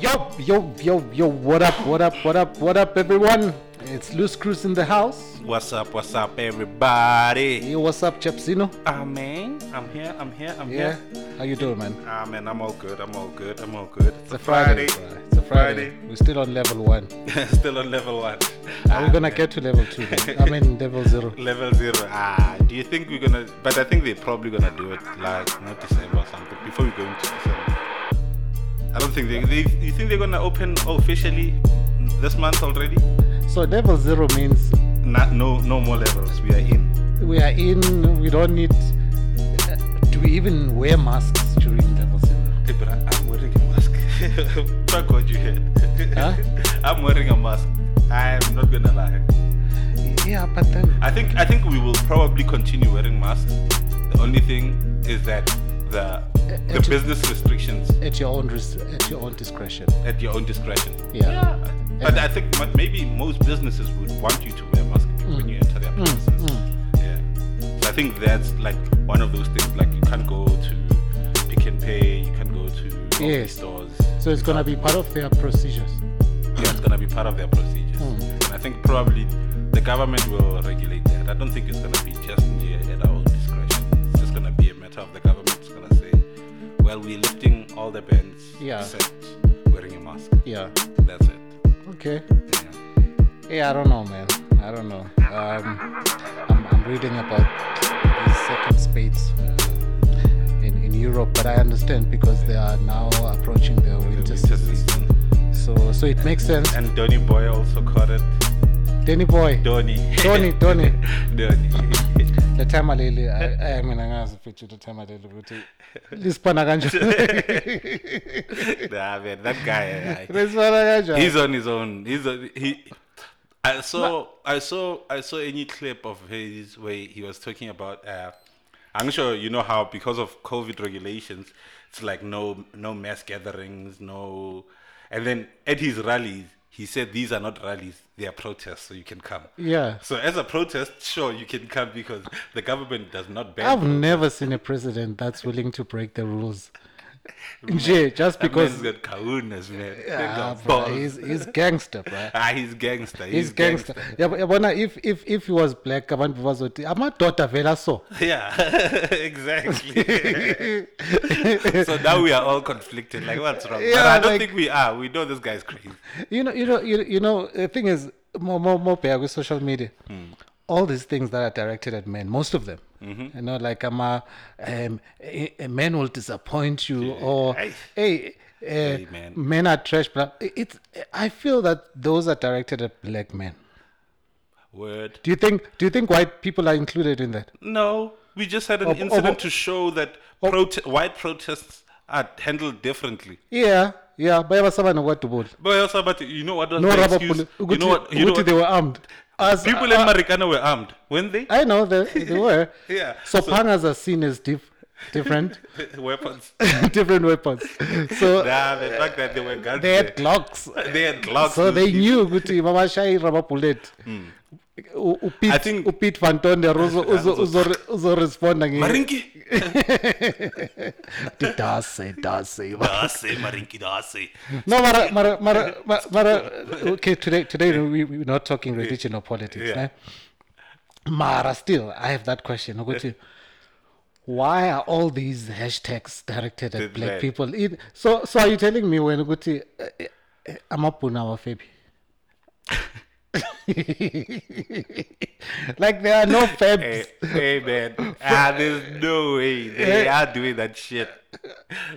Yo, yo, yo, yo, what up, what up, what up, what up, everyone? It's Loose Cruz in the house. What's up? What's up, everybody? Yo, what's up, Chapsino? Ah, man, I'm here. I'm here. I'm Yeah, here. how you doing, man? Ah, man, I'm all good. I'm all good. I'm all good. It's a Friday. bro. It's a Friday. We're still on level one. Friday. Still on level one. Are we gonna get to level two? Then? I mean, level zero. level zero. Ah, do you think we're gonna? But I think they're probably gonna do it like not December or something before we go into December. I don't think they. they you think they're gonna open officially this month already? So level zero means Not, no, no more levels. We are in. we are in. We don't need. uh, Do we even wear masks during level zero? Hey, Eh, but I, I'm wearing a mask. Fuck what you had. Huh? I'm wearing a mask. I'm not gonna lie. Yeah, but then I think I think we will probably continue wearing masks. The only thing is that the the it- business restrictions at your own ris- at your own discretion. at your own discretion. Yeah. But I think mo- maybe most businesses would want you to wear a mask Mm. when you enter their premises. Yeah. So I think that's like one of those things. Like you can't go to Pick and Pay. You can't go to all Yes. these stores. So it's gonna be part of their procedures. yeah, it's going to be part of their procedures. Hmm. And I think probably the government will regulate that. I don't think it's going to be just yeah, at our own discretion. It's just going to be a matter of the government's going to say, well, we're lifting all the bans Yeah. except wearing a mask. Yeah. That's it. Okay. Yeah. Yeah, I don't know, man. I don't know. Um, I'm, I'm reading about these second spades uh, in, in Europe, but I understand because they are now approaching their The winter winter season. season. So, so it makes sense. And Donny Boy also called it Danny boy, Donny. Donny, Donny. Donny. the time alele, I, I mean, I'm gonna speak to the time alele. Kuti, lispana kanjani? nah, man, that guy. eh, Lispana kanjani? he's on his own. He's on, he. I saw I saw I saw any clip of his where he was talking about. Uh, I'm sure you know how because of COVID regulations, it's like no no mass gatherings, no. And then at his rallies, he said these are not rallies; they are protests, so you can come. Yeah. So as a protest, sure you can come because the government does not ban. I've you. never seen a president that's willing to break the rules. Nje, just That Ah, because man's got kahunas, man. Ah, They've got bro, balls. he's he's gangster, bro. ah, he's gangster. He's, He's gangster. Yabo- Yabona if if if he was black, abantu bazothi amadoda vela so. Yeah, exactly. so now we are all conflicted. Like, what's wrong? but Yeah, I don't like- think we are. We know this guy's crazy. you know, you know, you, you know. The thing is, more more more bad with social media. All these things that are directed at men, most of them, you know, like I'm a, um, a, a man will disappoint you, or Aye. hey, uh, man. men are trash. But it's, I feel that those are directed at black men. Word. Do you think? Do you think white people are included in that? No, we just had an Ob- ob- incident to show that prote- white protests are handled differently. Yeah, yeah. bayabasabana kwaDubula. But also, but you know what? was No the rubber excuse? bullet. You know what? You know Ukuthi what? they were armed. As- People uh, in Marikana were armed, weren't they? I know they, they were. Yeah, So, so- pangas are seen as diff, different, Weapons. different weapons. So nah, the fact that they were guns. they had there. Glocks. They had glocks. So they These people- knew Guti Mama Shai rubber bullet. U- Upit, Hmm. I think- Upit Van Tonder uzo uzo uzo uzo respond nge Marinki. dase dase. Dase, Marinki, dase. No, mara, mara, mara, mara, mara. Okay, today, today we, we're not talking religion or politics. Yeah. Yeah. Mara, still, I have that question. ukuthi, Why are all these hashtags directed at With black black. people? It, so, so are you telling me when Guti, eh, I'm up on our like there are no fabs. Hey, hey man, ah, there's no way they are doing that shit.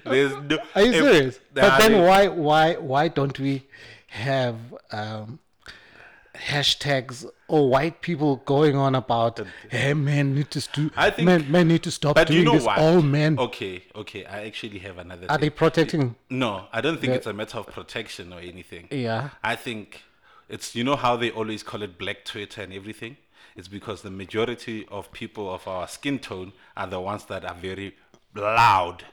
There's no. Are you if- serious? Nah, but then they- why why why don't we have um, hashtags or white people going on about hey men need to stu- I think- men, men need to stop But doing you know this what? all men Okay, okay. I actually have another. are they thing. protecting No, I don't think it's a matter of protection or anything. Yeah. I think it's you know how they always call it black Twitter and everything. It's because the majority of people of our skin tone are the ones that are very loud.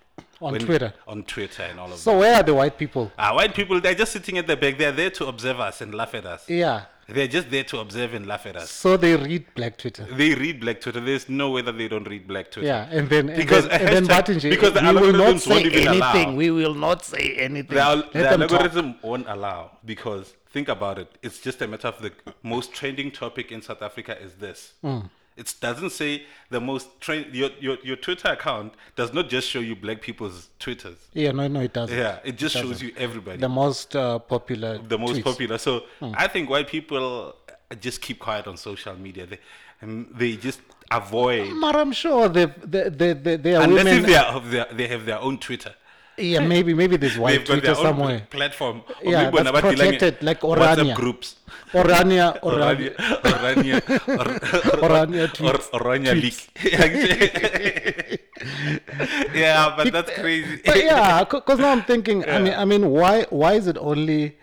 On Twitter. on Twitter, and all of that. So where are the white people? Ah, white people, they're just sitting at the back. They're there to observe us and laugh at us. Yeah. They're just there to observe and laugh at us. So they read black Twitter. They read Black Twitter. There's no way that they don't read Black Twitter. Yeah, and then and Because then, a and then hashtag- Batinje, because the we will not algorithms say won't even anything. allow. We will not say anything. The, al- Let the them talk. algorithm won't allow because think about it. It's just a matter of the most trending topic in South Africa is this. Hmm. It doesn't say the most trend. Your, your your Twitter account does not just show you black people's twitters. Yeah, no, no, it doesn't. Yeah, it just shows you everybody. The most uh, popular. the most tweets. Hmm. popular. So I think white people just keep quiet on social media. They um, they just avoid But I'm sure the the the, the, there are unless women. if they are of their, they have their own Twitter. yeah, maybe maybe there's white They've got Twitter their own somewhere. platform. Or Yeah, maybe that's about dealing in protected, like Orania. WhatsApp groups. Orania, Orania. Orania, Orania, Or- Orania Or- tweets. Orania leak. yeah, but that's crazy. But yeah, because now I'm thinking. I mean, I mean, why why is it only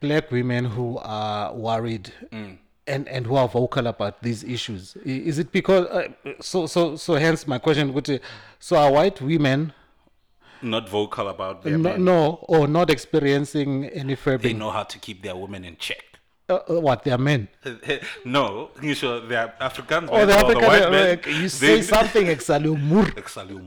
black women who are worried Mm. and and who are vocal about these issues? I- Is it because uh, so so so? Hence my question. would be, So are white women Not vocal about them. no, no or not experiencing any They fabric? know how to keep their women in check. Uh, uh, what they are men? no, you sure they are Africans Oh, men the or African. the white men. like, you say they- something exalumur. Exalium.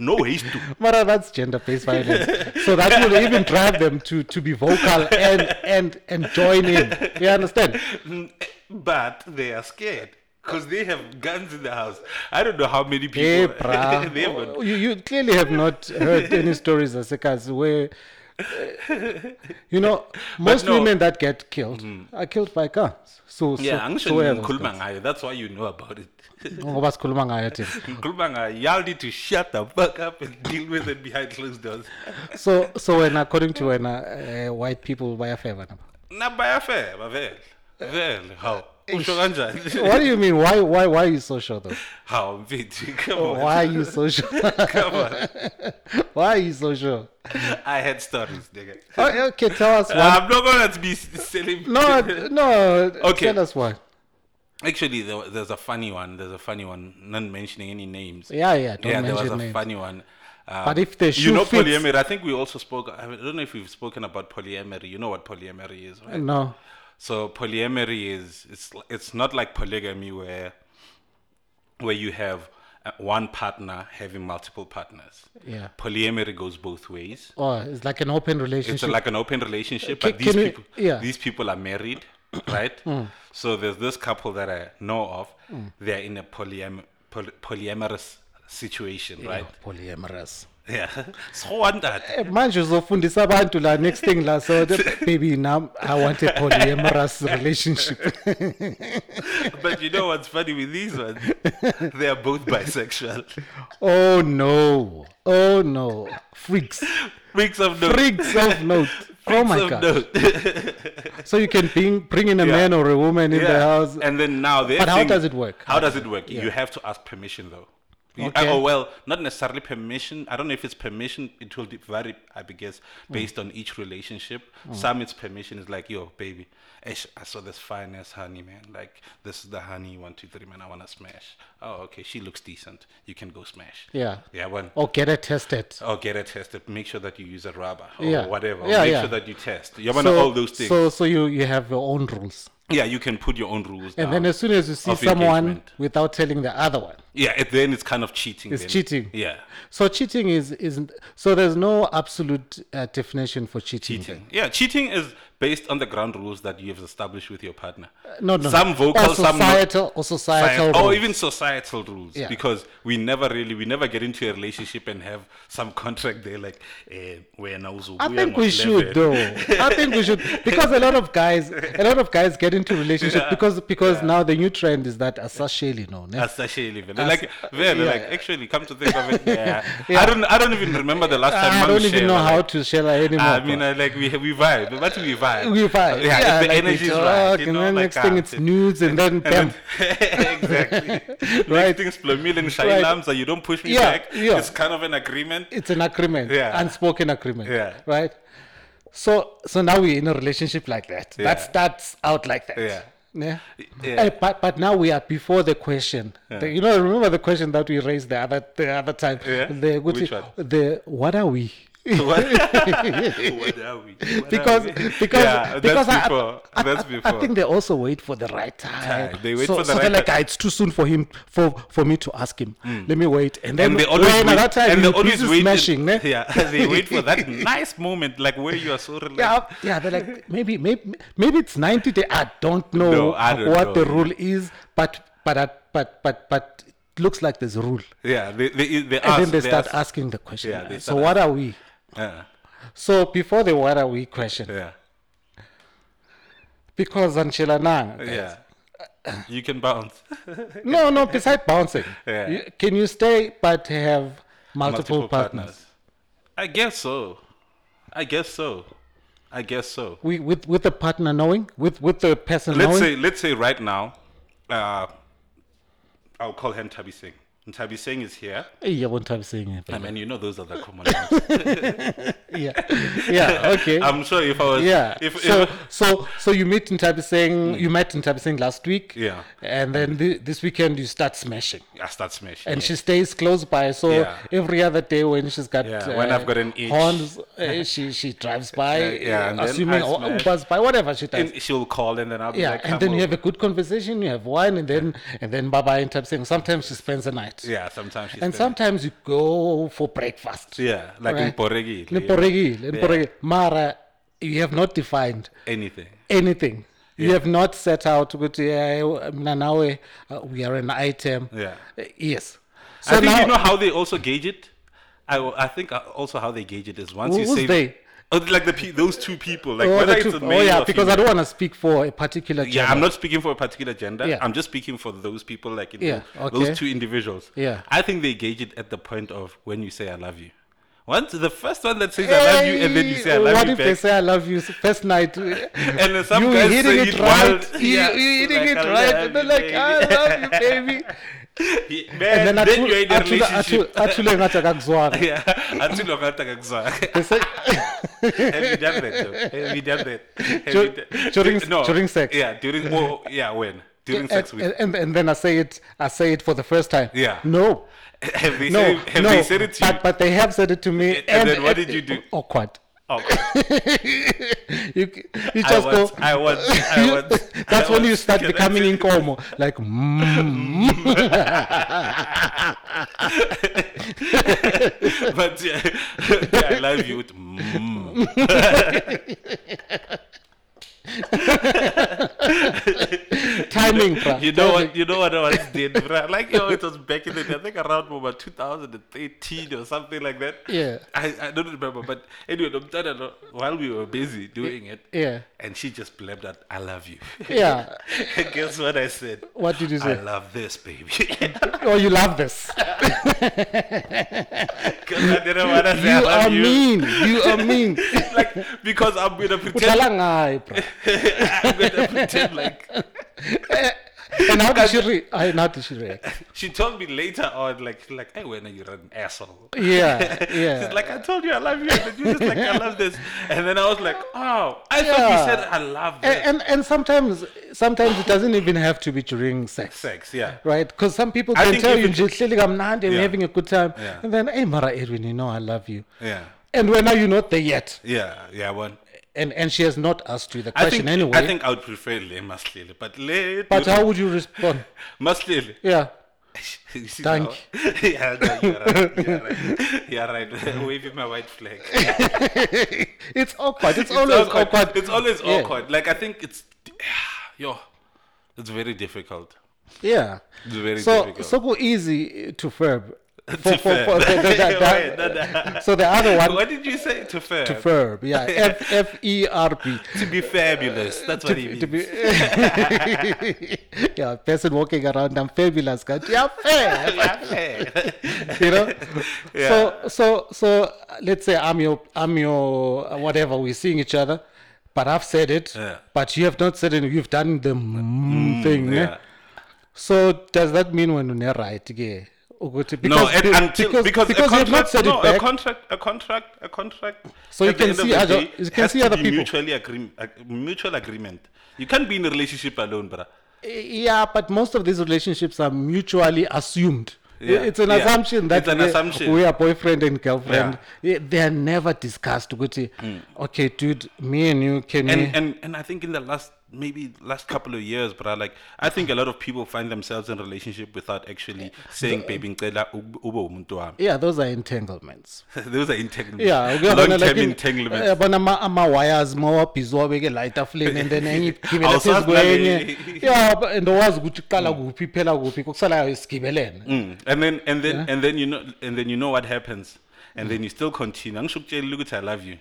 no ways to. Mara, that's gender-based violence. So that will even drive them to to be vocal and and and join in. You understand? Mm, But they are scared because they have guns in the house. I don't know how many people. Hey, they have got- bruh. Oh, you, you clearly have not heard any stories, Asekas, where, uh, you know, most no. Hmm. women that get killed are killed by guns. So, yeah, so, I'm so where are sure those Nkuluma guns? ngayo. That's why you know about it. Ngoba sikhuluma ngayo thina. Nkuluma ngayo, y'all need to shut the fuck up and deal with it behind closed doors. So, so when according to when uh, uh, white people buy a favor, Na bayafeba vele. Vele, how? Usho kanjani? what do you mean? Why, why, why are you so sure though? How, Mfiti? Come on. Oh, Why are you so sure? Come on. why are you so sure? I had stories, nigga. Oh, okay, tell us why. I'm not going to be s- selling. No, no. Okay. Tell us why. Actually, there, wa- there's a funny one. There's a funny one. Not mentioning any names. Yeah, yeah. Don't yeah, there was mention a names. funny one. Uh, But if the shoe you know fits- polyamory, I think we also spoke. I don't know if we've spoken about polyamory. You know what polyamory is, right? No. So polyamory is it's l- it's not like polygamy where where you have uh, one partner having multiple partners. Yeah. Polyamory goes both ways. Oh, it's like an open relationship. It's like an open relationship, Ca- but these can we- people, yeah. Mm. these people are married, right? So there's this couple that I know of. They're in a polyam- poly- polyamorous situation, right? polyamorous. Eh, Yeah. So one that. manje uzofundisa abantu la next thing la so the- baby now i want a polyamorous relationship But you know what's funny with these ones? They are both bisexual. oh no oh no freaks Freaks of note. freaks of note oh Freaks my of god note. so you can bring, bring in a man or a woman in the Yeah. house And then now the But how thing- does it work? How does it work? You have to ask permission though. You- Okay. oh well, not necessarily permission. I don't know if it's permission. It will vary, I guess, Mm. based on each relationship. Some it's permission. It's like, yo, baby, ish, I saw this fine ass honey, man. Like this is the honey one two three man. I wanna smash. Oh, okay, she looks decent. You can go smash. yeah Yeah, one. or get it tested Oh, get it tested. Make sure that you use a rubber or Yeah. whatever. Yeah, Make yeah. sure that you test. You wanna all those things. so so you you have your own rules yeah, you can put your own rules. and down. then as soon as you see Ah, Of someone engagement. without telling the other one Yeah, and then it's kind of cheating. It's then. cheating. Yeah, so cheating is isn't so there's no absolute uh, definition for cheating, then. cheating. Yeah, cheating is based on the ground rules that you have established with your partner. no, no. Some vocal, or some not. societal, or Uh, societal, Or rules. even societal rules, Yeah. because we never really, we never get into a relationship and have some contract there, like eh, where now I think we should though. I think we should because a lot of guys, a lot of guys get into relationships Yeah, because because now the new trend is that asasheli no. ne? like, really, yeah. like, actually, come to think of it, yeah. Yeah. Ah, I don't, I don't even remember the last time. I Mom don't even shared, know like, how to share anymore. I mean, I, like we we vibe, but we vibe. We vibe. Yeah, Yeah, if the like we energy is talk, right. You and know, then like, next thing ah, it's nudes, and then bam. exactly. Right. Next thing's Plomil and Right. Shailam, so you don't push me Yeah, back. yeah. It's kind of an agreement. it's an agreement, Yeah. unspoken agreement, Yeah. right? So so now we're in a relationship like that. That's that's out like that. Yeah. Yeah. Yeah. Eh, but but now we are before the question. The- you know, remember the question that we raised the other the other time. Yeah? The, Which one? the what are we? What, what are we? What are because we? because yeah, because that's I- before. I, I, that's I- before. I think they also wait for the right time. Time. They wait so, for the so right they're like, time. "Ah, Hmm. it's too soon for him for for me to ask him. Let me wait, and then and they always when wait, at that time and they he's always busy wait smashing. ne? yeah they wait for that nice moment like where you are so relaxed Yeah, I- yeah. They're like maybe, maybe, maybe it's ninety day. I don't know No, I don't what know. the rule is, but but I- but but but it looks like there's a rule, yeah they they, they and ask then they, start ask, asking the question. Ah, Yeah, they so start what are we? yeah So before the what are we question, yeah because Anshela Nang, yeah you can bounce no, no. Beside bouncing, Yeah. you- can you stay but have multiple, partners? i guess so i guess so i guess so We, with with the partner knowing, with with the person let's knowing. say let's say right now uh i'll call him tabby singh And tabby singh is here Hey, you won't have saying eh, it. i mean you know those are the common ones Yeah, yeah. Okay. i'm sure if i was Yeah. Um, if, so if Mm. so so you meet in Tabiseng, you met in Tabiseng last week. Yeah. And then thi- this weekend you start smashing, i start smashing and she stays close by. So Yeah. every other day when she's got uh, Yeah, when I've got an itch. horns, uh, she she drives by, yeah, and uh, then assuming I or smash. Ubers by, whatever she does. and she'll call and then i'll be yeah, like and "Come then you over." have a good conversation, you have wine, and then and then bye bye in Tabiseng. Sometimes she spends the night, Yeah, sometimes she's and better. sometimes you go for breakfast. yeah, like in Right. Poregi, In Poregile, in Poregile. Mara, you have not defined. anything. anything. You have not set out ukuthi yeah, mina nawe uh, we are an item. Yeah. Uh, yes. I So think now you know how they also gauge it. I, will- I think uh, also how they gauge it is once Who- you who's say they? Oh, like the pe- those two people, like oh, whether the it's two- a oh, male yeah, or because female. I don't want to speak for a particular yeah, I'm gender. not speaking for a particular gender. Yeah. I'm just speaking for those people, like in Yeah, the- okay. those two individuals. Yeah. I think they gauge it at the point of when you say "I love you." Once the first one that says "I love you" and then you say "I Hey, love What you" if they back, say I love you s- first night? and then some you guys hitting say it, it right. while- you Yeah, you hitting like, it "I love right. And you, they're like, I baby." love you, baby. Yeah, man, And then, then atu- you're in a atu- atu- relationship. athule ngathi akakuzwanga. yeah, until you're not Have They say- you done that? Though? Have you done that? Have Dur- you done- during- during sex. Yeah, during. Well, yeah, when during sex and, week. and, and then I say it, I say it for the first time. Yeah. No. Have they no, said, have no, they said it to but, you? but they have said it to me. And then what did you do? Awkward. Oh, God. you, you I just want. go. I want. I you- want. that's I when want- you start Can I becoming say- incomo. Like, mm. but yeah, yeah, I love you. with Mm. timing, bruh. You know Timing. what? You know what I was did, bruh? Like yo, it was back in the day. I think around about 2013 or something like that. Yeah. I, I don't remember, but anyway, I'm telling you, while we were busy doing it, Yeah. and she just blabbed out, "I love you." Yeah. and guess what I said? What did you I say? love this baby. Oh, you love this. 'Cause I didn't want to say I you love are you. mean. You are mean. Like because I'm gonna pretend. Udlala ngaye, bruh. I'm gonna pretend like and how did she re- I- and how did she react? she told me later on, like like, hey, when you're an asshole. Yeah, yeah. She's like, I told you I love you, and you're just like, I love this. And then I was like, oh, I thought Yeah. you said I love this. and, and and sometimes sometimes it doesn't even have to be during sex. Sex, yeah. right? Because some people I can think tell if you, it- just clearly I'm not, I'm Yeah. having a good time. Yeah. And then, hey, Mara Edwin, you know I love you. Yeah. And when are you not there yet? Yeah, yeah, one. And and she has not asked you the I question think, anyway. I think I would prefer Le Maslele, but Le but how would you respond? Maslele. Yeah. You see Thank now? yeah, no, you're right. You're right. You're right. Waving my white flag. It's awkward. It's, always awkward. It's always Yeah. awkward. Like I think it's yo, it's very difficult. Yeah. It's very so difficult. so go easy to Ferb. For, To Ferb. the- the- the- Wait, no, no. So the other one what did you say to fair? to Ferb. Yeah. F F E R B. To be fabulous. That's what he means. to be yeah, person walking around, I'm fabulous, God. Yeah, fair. Yeah, fair. you know Yeah. so so so uh, let's say i'm your i'm your uh, whatever we're seeing each other but i've said it Yeah. but you have not said it you've done the mm, thing ne? Hmm, yeah. so does that mean when you're right yeah ukuthi no, and be- until because, because, a you have contract, not said no, it back. a contract, a contract, a contract. So you at the can end of see the other- day, you can has see to other be people. Mutually agree, ag- mutual agreement. You can't be in a relationship alone, brother. yeah, but most of these relationships are mutually assumed. Yeah, It's an yeah. assumption that It's an they- assumption. we are boyfriend and girlfriend. Yeah, They are never discussed. ukuthi, Okay, dude, me and you can we- Hmm. and and and I think in the last maybe last couple of years, but like I think a lot of people find themselves in a relationship without actually saying, "Baby, ngicela ub- ube umuntu wami." yeah, those are entanglements. Those are entanglements. Yeah, long-term entanglements. Yabona eh, ama ama wires mawabhizi wabeke la etafuleni and then enye igibela Awusazi phezu kwenye. nale- Yeah, but- and awazi ukuthi iqala kuphi iphela kuphi kokusalayo isigibelene. Mm. And then and then and then you know and then you know what happens, Mm. and then you still continue. Angishukutshela ukuthi I love you,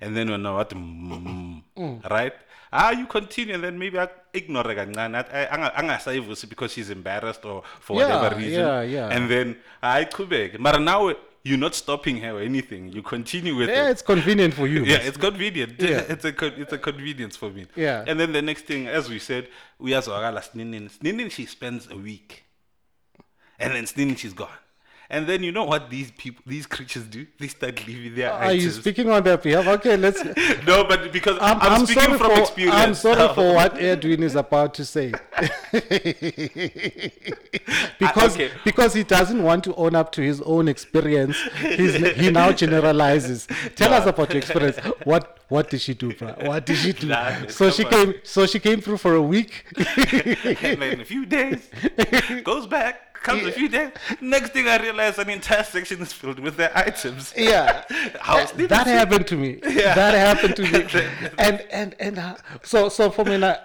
and then you know what, mm, right? Ah, you continue, and then maybe I ignore kancane. athi, "Ay, anga- angasayivusi because she's embarrassed or for Yeah, whatever reason. yeah, yeah. And then I kubek. But now you're not stopping her or anything. You continue with Yeah, it. it's convenient for you. Yeah, it's convenient. Yeah. it's a con- it's a convenience for me. Yeah. And then the next thing, as we said, we as Orala Sninin. Sninin she spends a week. And then Sninin she's gone. And then you know what these people these creatures do? They start leaving their Are you items. speaking on their behalf? Okay, let's no, but because I'm, I'm, I'm, speaking sorry from for, experience. I'm sorry now. for what Edwin is about to say. because okay. because he doesn't want to own up to his own experience, he's, he now generalizes. Tell us about your experience. What what did she do, bro? What did she do? Nah, so she come came so she came through for a week. and then a few days goes back, comes a few days. Next thing I realize an entire section is filled with their items. yeah. House That, that happened to me. Yeah. That happened to me. That- and and and uh, so so for me, I, I,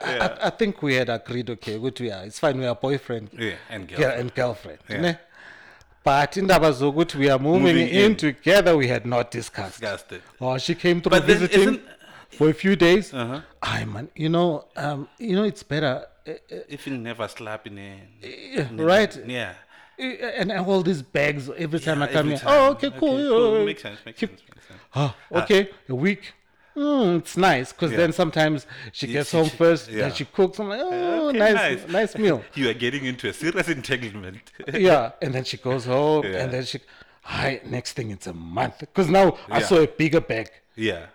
I think we had agreed. Okay, good. Yeah, it's fine. We are boyfriend. Yeah, and girl. girl and girlfriend. Yeah. ne? But indaba zokuthi we are moving, Moving in, in. together we had not discussed. Disgusted. Oh, she came through But then visiting isn't- for a few days. Uh-huh. I man, you know, um, you know, it's better, uh, uh, If you never slap in a yeah, right? yeah. Uh, And all these bags every time I Yeah, come every here. time. Oh, okay, cool. yeah, yeah, yeah. Makes sense. Makes Keep- sense. Makes sense. Ah, okay, a week. Mm, it's nice because then sometimes she gets she- home she- first, yeah. then she cooks. I'm like, oh, Okay, nice, nice, meal. you are getting into a serious entanglement. yeah, and then she goes home, Yeah. and then she, hi, next thing it's a month because now I Yeah. saw a bigger bag. yeah.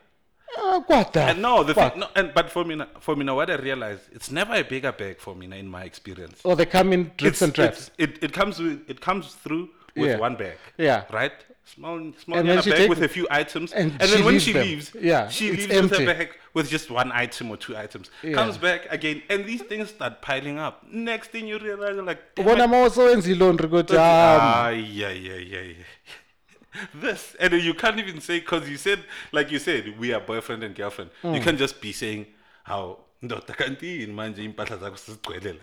Uh, what the? And no, the fuck? thing, no, and but for me, now- for me now, what I realized, it's never a bigger bag for me now in my experience. Or they come in drips Oh, and traps. It, it comes with, it comes through with Yeah. one bag. Yeah. Right. Small small And then yellow she bag take- with a few items, and and, she then when leaves she them. leaves, Yeah, she it's leaves with empty. a bag with just one item or two items. Comes back again, and these things start piling up. Next thing you realize, you're like, "Damn Ubona uma usewenza ilondri ukuthi ah, Ah, yeah, yeah, yeah, yeah. This and you can't even say because you said, like you said, we are boyfriend and girlfriend. You Hmm. can't just be saying how ndoda kanti yini manje impahla zakho sizigcwele la."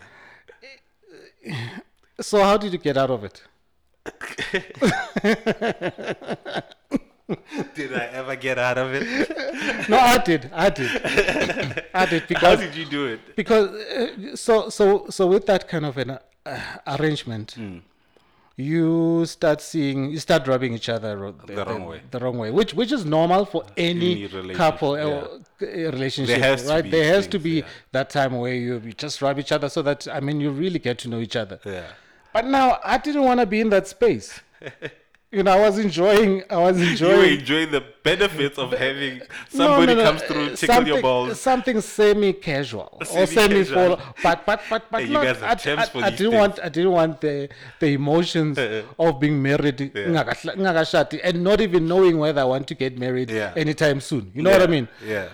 so how did you get out of it? Did I ever get out of it? No, I did, I did, I did How because did you do it? because uh, so so so with that kind of an uh, arrangement. Hmm. You start seeing, you start rubbing each other ro- the, wrong way. the wrong way, which which is normal for any, Any relationship, couple or uh, relationship, There has to right? be there has to things, be yeah. that time where you, you just rub each other, so that I mean, you really get to know each other. Yeah. But now I didn't want to be in that space. you know, I was enjoying. I was You were enjoying. enjoying the benefits of having No, somebody no, no, comes uh, through, tickle your something- balls. Something semi-casual or Semi-casual. semi-formal, but but but but Hey, you not, guys have I, terms I, for I these didn't things. want I didn't want the the emotions of being married ngakahla- ngakashadi, and not even knowing whether I want to get married Yeah. anytime soon. You know what I mean? Yeah.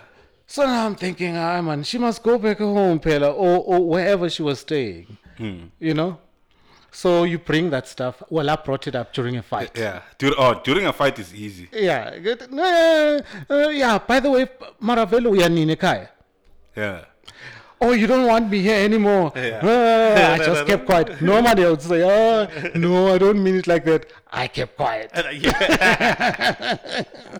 So now I'm thinking, ah man, she must go back home, Pella, or, or wherever she was staying. Hmm. You know? So you bring that stuff. Well, I brought it up during a fight. Yeah. Dur- oh, during a fight is easy. Yeah. good. Uh, uh, yeah. By the way, Maravelo, we are Ninekai. Yeah. Oh, you don't want me here anymore. Yeah. Uh, I just kept quiet. Normally I would say, oh, no, I don't mean it like that. I kept quiet. And I- yeah.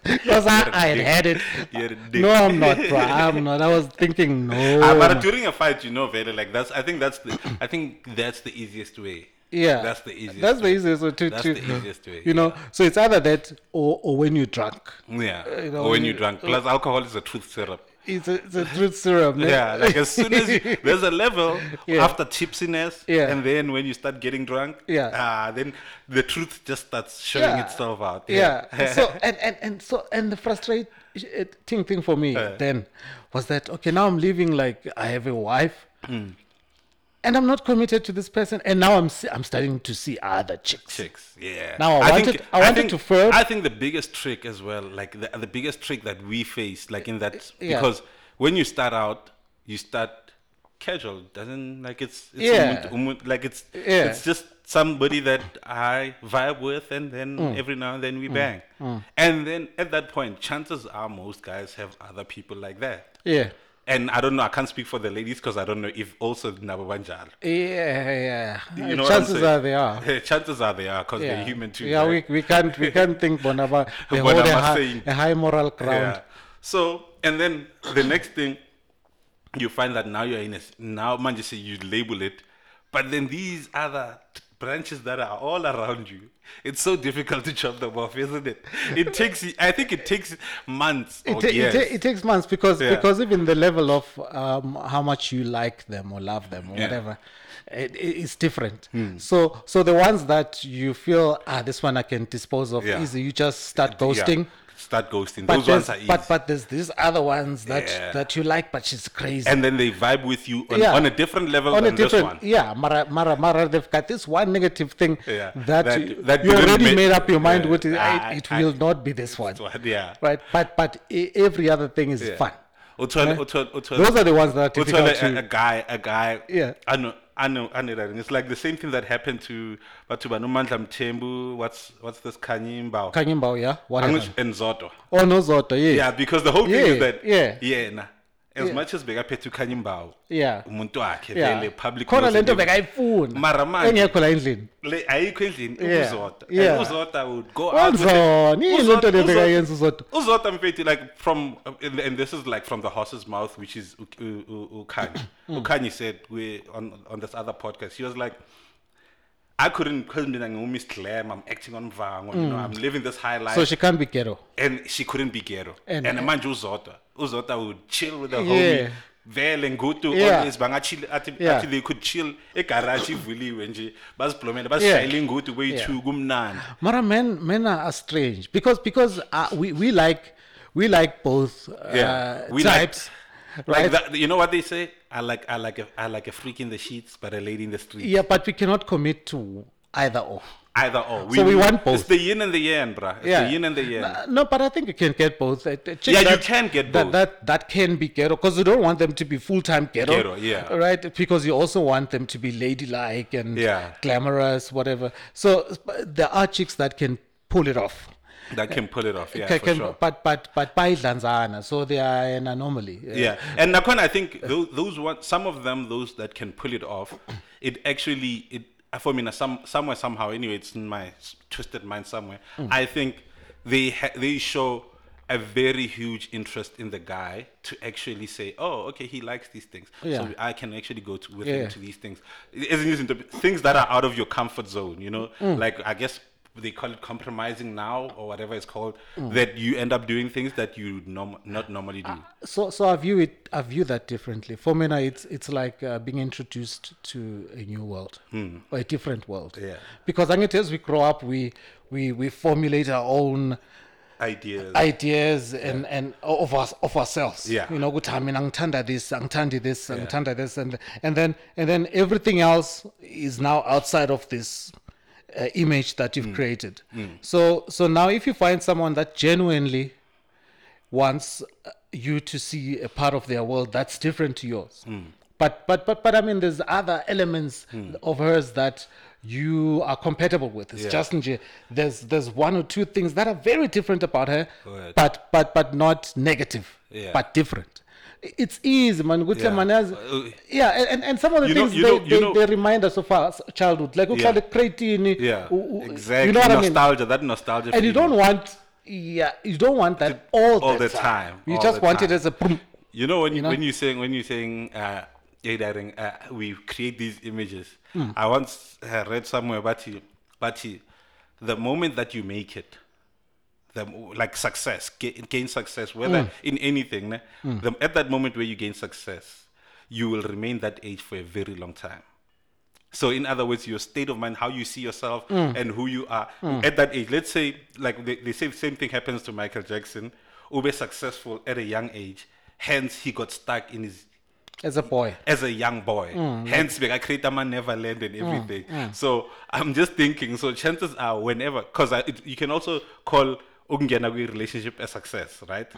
Because I, I had dick. had it. You're a dick. No, I'm not, bro. I'm not. I was thinking, no. Ah, man. but during a fight, you know, very like that's. I think that's the. I think that's the easiest way. Yeah, that's the easiest. That's the way. easiest way to, That's to the easiest way, You know, so it's either that or, or when you're drunk. Yeah, you know, or when you- uh, you drunk. Plus, alcohol is a truth serum. It's a, it's a truth serum. eh? ne? Yeah, like as soon as you, there's a level Yeah. after tipsiness, Yeah. and then when you start getting drunk, Yeah. ah, then the truth just starts showing Yeah. itself out. yeah. so and, and and so and the frustrating thing thing for me then was that okay now I'm living like I have a wife. Mm. And I'm not committed to this person, and now I'm see, I'm starting to see other chicks. chicks. Yeah. Now, I wanted- I wanted think, to further- I think the biggest trick as well, like the, the biggest trick that we face, like in that, Yeah. because when you start out, you start casual, doesn't like it's, it's Yeah. umuntu- umuntu- like it's Yeah. it's just somebody that I vibe with, and then Mm. every now and then we bang, and then at that point, chances are most guys have other people like that. Yeah, And I don't know. I can't speak for the ladies because I don't know if also Nababanjal. yeah, yeah. You know what I'm Uh, Chances saying? are they are. Chances are they are because Yeah. they're human too. Yeah, right? we, we can't we can't think Bonaba. They Bonaba hold a high, saying- a high moral ground. Yeah. So and then the next thing you find that now you're in a s- now man just say you label it, but then these other t- branches that are all around you, it's so difficult to chop them off, isn't it? It takes y- I think it takes months It, or ta- it, years. ta- it takes months because Oh, Yeah. because even the level of um, how much you like them or love them or whatever, it, it- it's different. Hmm. So so the ones that you feel ah this one I can dispose of Yeah. easy, you just start Yeah. ghosting. Start ghosting. But Those ones are there's- easy. but but there's these other ones that Yeah. that you like, but she's crazy. and then they vibe with you on, Yeah. on a different level on a than this different, one. yeah, Mara, Mara, Mara, they've got this one negative thing Yeah, that, that- you, that you didn't already ma- made up your mind yeah, with. It, I- it I- will not be this one, So, yeah. right? But but e- every other thing is fun. Uthole- uthole- uthole- Those are the ones that are We'll tell difficult a, a to. guy, a guy. Yeah. I know, I know, I know that. And it's like the same thing that happened to Batuba Nomandla Mtembu. What's what's this Kanye Mbao? Kanyimbao, yeah, whatever. Angus and Zoto. Oh no, Zoto, Yeah, yes. because the whole thing Yeah, is that. yeah. Yeah. Nah, as much as bekaphethe uKanye Mbao, yeah, umuntu wakhe yeah. vele public. khona knows lento him. bekayifuna Mara manje- engekho la endlini Le- ayikho endlini Yeah, uZoto. yeah. And uZoto would go out. with onzona it. yini into Ah, UZoto- le uZoto- bekayenza uzodwa Uzota Mfeti, like from, and and this is like from the horse's mouth, which is U- U- U- Ukanye. Mm. Ukanye said we on on this other podcast. He was like, I couldn't because I'm Miss Glam, I'm acting on Vango, you know, I'm living this high life, Mm. so she can't be ghetto and she couldn't be ghetto. And- And, and mind you, Uzota, Uzota would chill with the Yeah. homie. Vele ngutu Yeah. always bangachill athi Yeah. athi they could chill egarage ivuliwe nje Yeah. baziblomele basishayela ingutu kweyi-two kumnandi Mara, men men are are strange because because uh, we we like we like both uh, Yeah, we like- types, Like right? that, you know what they say? I like I like a I like a freak in the sheets, but a lady in the street. yeah, but we cannot commit to either or. Either or. So we want It's both. the yin and the yang, bruh. It's Yeah, the yin and the yang. No, No, but I think you can get both. A- a chick Yeah, you can get that, both. That that can be ghetto because you don't want them to be full time ghetto. Ghetto, yeah. Right, because you also want them to be ladylike and Yeah. glamorous, whatever. So but there are chicks that can pull it off. That can pull it off. Yeah, Ca- for can- sure. But but but by Lanzana, so they are an anomaly. Yeah, and Nakon, I think those, those one, some of them, those that can pull it off, it actually it for me, na- some somewhere somehow. Anyway, it's in my s- twisted mind somewhere. Mm. I think they ha- they show a very huge interest in the guy to actually say, oh, okay, he likes these things, Yeah. so I can actually go to, with Yeah. him to these things. It isn't- isn't- things that are out of your comfort zone, you know, Mm. like I guess. They call it compromising now, or whatever it's called. Mm. That you end up doing things that you norm- not normally do. So, so I view it. I view that differently. For me, now, it's it's like uh, being introduced to a new world or a different world. Hmm. Yeah. Because I think as we grow up, we we we formulate our own Ideas. ideas and and of us of ourselves. Yeah. You know, good I mean, angtanda this, angtanda this, angtanda this, and and then and then everything else is now outside of this. Uh, image that Hmm. you've created. So, so now if you find someone that genuinely wants uh, you to see a part of their world that's different to yours. Hmm. But but but but I mean, there's other elements of hers that you are compatible with. It's Yeah. just nje, there's there's one or two things that are very different about her, Correct. but but but not negative, Yeah. but different. I- It's easy, man. Ukuthi Yeah. man, as- Uh, yeah, and, and- and some of the You know- things you they, know- you they, know- they remind us of our s- childhood. Like, yeah. Yeah, exactly. You know what I mean? nostalgia, that nostalgia. and you feeling. don't want yeah you don't want that all, all the the time, time, you all just the want it time. as a boom. You know when you, know? when you saying when you saying uh, yeah, that, uh, we create these images. Hmm. I once uh, read somewhere, but but the moment that you make it, the, like success, gain, gain success, whether Hmm. in anything, ne? the, at that moment where you gain success, you will remain that age for a very long time. So, in other words, your state of mind, how you see yourself, and who you are at that age. Let's say, like they, they say, the same thing happens to Michael Jackson, who was successful at a young age, hence he got stuck in his as a boy. as a young boy. Hence, like, I create a man Neverland and everything. So I'm just thinking. So chances are, whenever, because you can also call ukungena kwi relationship a success, right?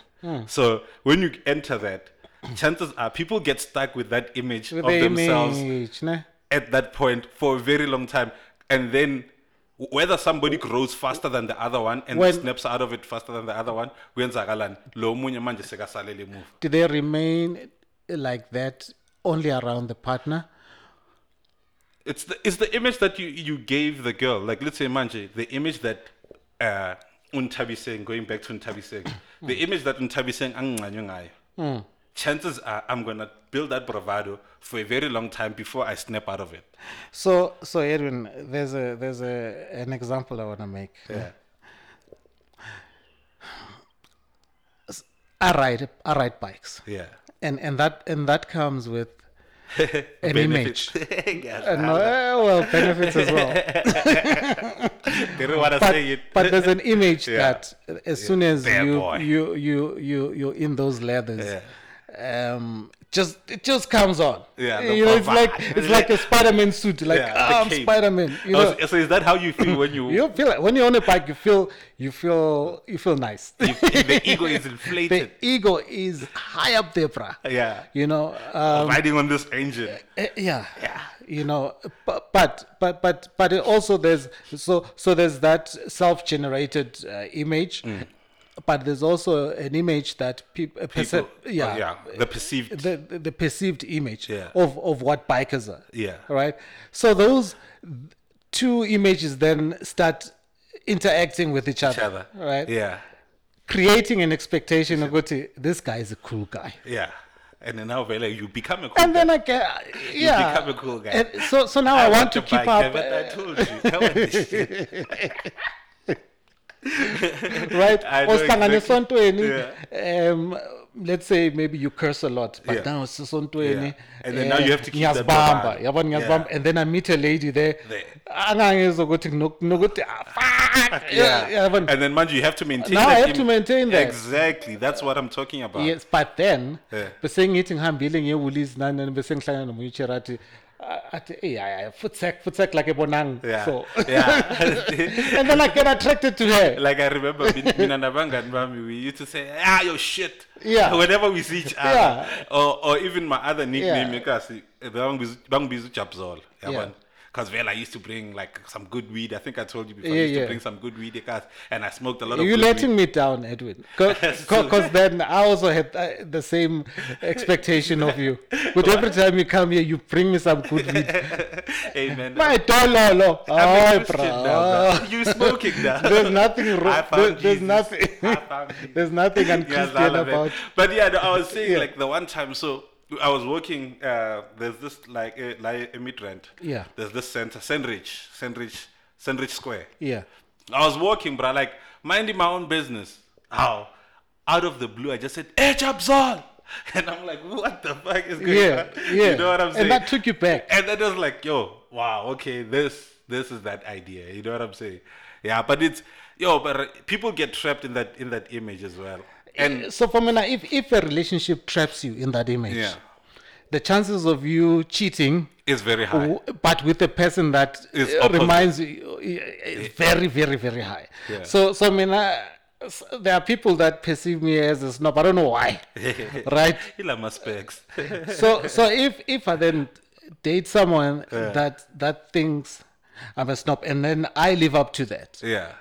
So when you enter that, chances are people get stuck with that image With of the themselves image, ne? at that point for a very long time, and then. w- Whether somebody grows faster than the other one and When- snaps out of it faster than the other one, kwenzakalani lo munye manje sekasalele emuva Do they remain like that only around the partner? It's the it's the image that you you gave the girl. Like let's say Manje, the image that uh Untabi Singh, going back to Untabi Singh, Hmm. the image that Untabi Singh angincanywe ngayo. Chances are I'm gonna build that bravado for a very long time before I snap out of it. So, so Edwin, there's a there's a an example I want to make. Yeah. I ride I ride bikes, Yeah. and and that and that comes with an image. yes. And, uh, well, benefits as well. They don't wanna but, say it. but there's an image Yeah. that as soon as Bad you, boy. you you you you're in those leathers um just it just comes on Yeah, the you know it's bravado. like it's like a spider-man suit like Yeah, ah, the i'm cape. spider-man you Oh, know so- so is that how you feel when you, you feel when you're on a bike you feel you feel you feel nice you the ego is the inflated? ego is high up there bruh yeah. you know um Riding on this engine. Eh, yeah you know but but but but but it also there's so so there's that self-generated uh, image Mm. but there's also an image that peop- a perce- People, uh, yeah, Oh, yeah. The perceived The, the the perceived image Yeah. of of what bikers are Yeah. right so those two images then start interacting with each other, each other. right Yeah. creating an expectation of this guy is a cool guy Yeah. And then now Vela, you become a cool and guy. then I get yeah become a cool guy. And so so now I, want, to the keep bike, up, But uh, I told you. I want this shit. right? I know Osangane exactly. esontweni, um let's say maybe you curse a lot, but Yeah. now Uh, usesontweni. Yeah. And then now you have to keep that ngiyazibamba, bravado. yabona ngiyazibamba, Yeah. and then I meet a lady there. There. Angangezokuthi ngino- nokuthi ah, fuck. Yeah. Yeah, yabona. And then mind you, you have to maintain Now I that. have to maintain that. Exactly. That's what I'm talking about. yes but then Yeah. besengithi ngihambile ngiyewoolis nani nani bese ngihlangana nomunye uchera athi a- athi eyi hayi hayi futsek futsek like ebonanga Yeah. so Yeah. and then i get attracted to her Like I remember Min- Mina Nabangan Bami, we used to say, ah, yo shit. Yeah. Whenever we see each other. Yeah. Or, or even my other nickname, Yeah. eh, because Bangubizu Chapzol. Yeah. Because Vela used to bring like some good weed. I think I told you before. I Yeah, used to yeah. bring some good weed, because- and I smoked a lot of. you're good weed. letting me down edwin because then i also had uh, the same expectation of you but every time you come here you bring me some good weed Amen. my dololo I'm oh, a Christian now, bro. You smoking now? there's nothing I wrong found there- there's Jesus. nothing I found Jesus. there's nothing Yes, unchristian all of it. about But yeah, no, I was saying like the one time. So I was working. Uh, there's this like a, like a midrand. Yeah. There's this center, Sandridge, Sandridge, Sandridge Square. yeah I was walking, bro, like minding my own business. How? Out of the blue, I just said, "Hey, Chapzol," and I'm like, "What the fuck is going yeah on?" yeah You know what I'm saying? and that took you back and then it was like, yo, wow, okay, this this is that idea. You know what I'm saying? Yeah, but it's yo, but people get trapped in that in that image as well. And Uh, so for me now, if, if a relationship traps you in that image Yeah. the chances of you cheating it's very high. w- but with a person that Is uh, opposite. reminds you is very very very high Yeah. so so i mean uh, s- there are people that perceive me as a snob i don't know why right Ila my specs. so so if if i then date someone that that thinks i'm a snob and then i live up to that yeah.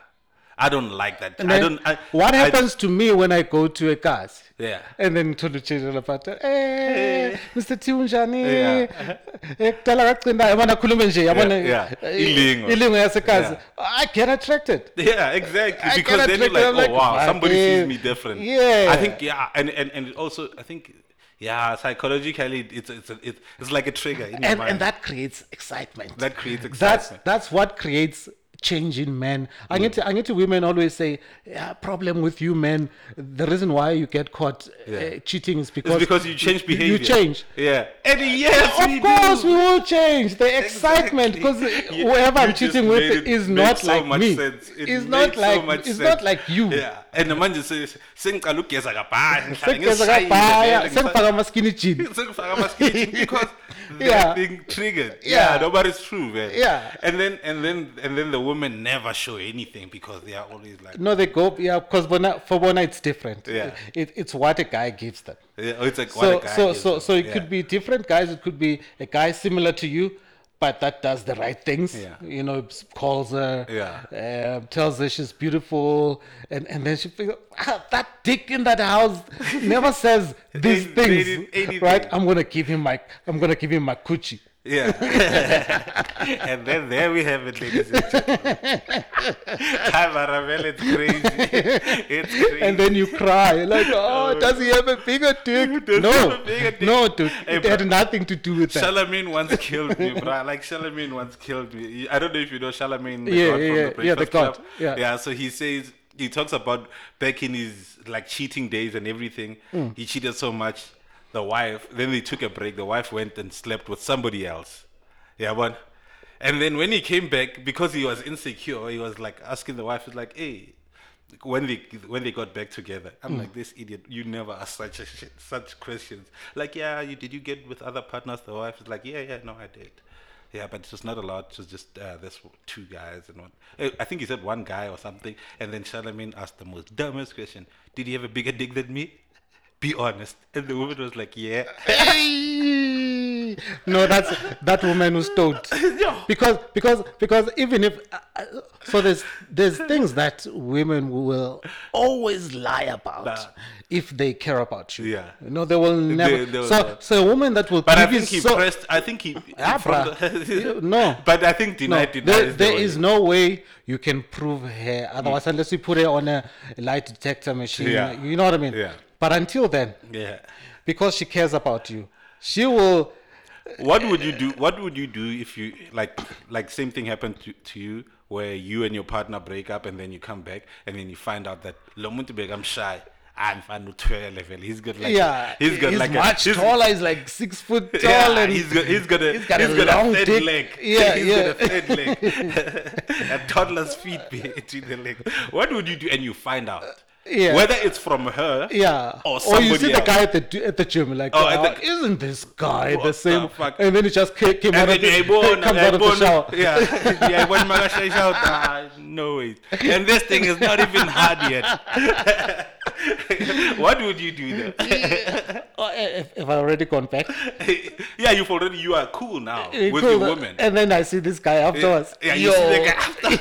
I don't like that. And I then don't I, what I- happens to me when i go to a class yeah. and then to the children about eh Mr. T unjani Yeah. Eh, kudala kacinda yabona akhulume nje yabona yeah. eh, Ilingo. ilingo yasekazi Yeah. i get attracted Yeah, exactly. I because cannot then you're drink it. I'm like, oh like, wow, fuck somebody it." sees me different. Yeah. I think yeah, and and, and also I think yeah, psychologically it's it's it's, it's like a trigger in your and mind. and that creates excitement That creates that's excitement. Mm. that's what creates changing men. I get to, I get to women always say, yeah, problem with you men. The reason why you get caught uh, Yeah. cheating is because It's because you change you- behavior. You change. Yeah. And yes, we of course, do. we will change the excitement because Exactly. whoever You I'm just cheating made with it- is made not so like much me. sense. It It's made not so like much it's sense. not like you. Yeah. And the man just says, "Sengicela ukugeza kabhaya, ngihlala Sengigeza ngisayile kabhaya, vele, sengifaka ama-skinny jean. sengifaka ama-skate because Yeah. that thing triggered. Yeah. Yeah, nobody's true, man. Yeah. And then and then and then the women never show anything because they are always like, No, they go yeah, because bona, for bona it's different. Yeah. It, it's what a guy gives them. Yeah, "Oh, it's like So what a guy so is, so so it yeah. could be different guys. It could be a guy similar to you, but that does the right things. Yeah. You know, s- calls her. Yeah. um, tells her she's beautiful, and and then she figures ah, that dick in that house never says these Ain't- things, ain't anything. right? I'm gonna give him my I'm gonna give him my coochie. Yeah. and then there we have it, ladies and gentlemen. Hi, Marabel, it's crazy. It's crazy. And then you cry like, oh, Oh. does he have a bigger dick? Does he no, have a bigger dick? no, dude, Hey, it bro. had nothing to do with that. Charlemagne once killed me, bro. Like Charlemagne once killed me. I don't know if you know Charlemagne, the Yeah, god yeah, from yeah. the Yeah, the Breakfast god. Club. Yeah. So he says he talks about back in his like cheating days and everything. Hmm. He cheated so much. The wife. Then they took a break. The wife went and slept with somebody else. Yeah, but and then when he came back, because he was insecure, he was like asking the wife, he's like, "Hey." When they when they got back together, I'm Mm. like this idiot. You never ask such a shit, such questions. Like, yeah, you did you get with other partners? The wife is like, yeah, yeah, no, I did. Yeah, but it was not a lot. It was just uh, this two guys and one. eh, I think he said one guy or something. And then Charlemagne asked the most dumbest question: Did he have a bigger dick than me? Be honest. And the woman was like, yeah. Uh, Hey! no, that's that woman who stoned. Because because because even if uh, uh, so, there's there's things that women will always lie about Nah. if they care about you. Yeah. No, they will never. they will so not. so a woman that will But I give you think he so, pressed. I think he. Ah, from bruh. the- You- no. But I think No, denied. denied there, the there way. is no way you can prove her otherwise unless you put her on a light detector machine. Yeah. You know what I mean? Yeah. But until then, Yeah. because she cares about you, she will. What would you do? What would you do if you like like same thing happened to, to you where you and your partner break up and then you come back and then you find out that Lomuntu beg I'm shy. I'm fine with 12 level. He's got like yeah, he's got like much a, he's- taller. He's like six foot tall, Yeah, and he's got he's got a he's got a long third dick. leg. Yeah, he's yeah. got a third leg. a toddler's feet between the leg. What would you do? And you find out Yeah. whether it's from her. yeah. Oh, you Or Oh, somebody see the else. guy at the g- at the gym, like, Oh, at "Oh, the- isn't this guy What the the same? fuck? And then he just ca- came out And of then the, Yayibona, comes out of the shower. Yayibona. Yeah, yeah, when Magasha shout, ah, no way. And this thing is not even hard yet. what would you do then? Oh, if, if I already gone back, yeah, you've already you are cool now Eh, with cool. your woman. and then I see this guy afterwards. Yeah, you Yo. see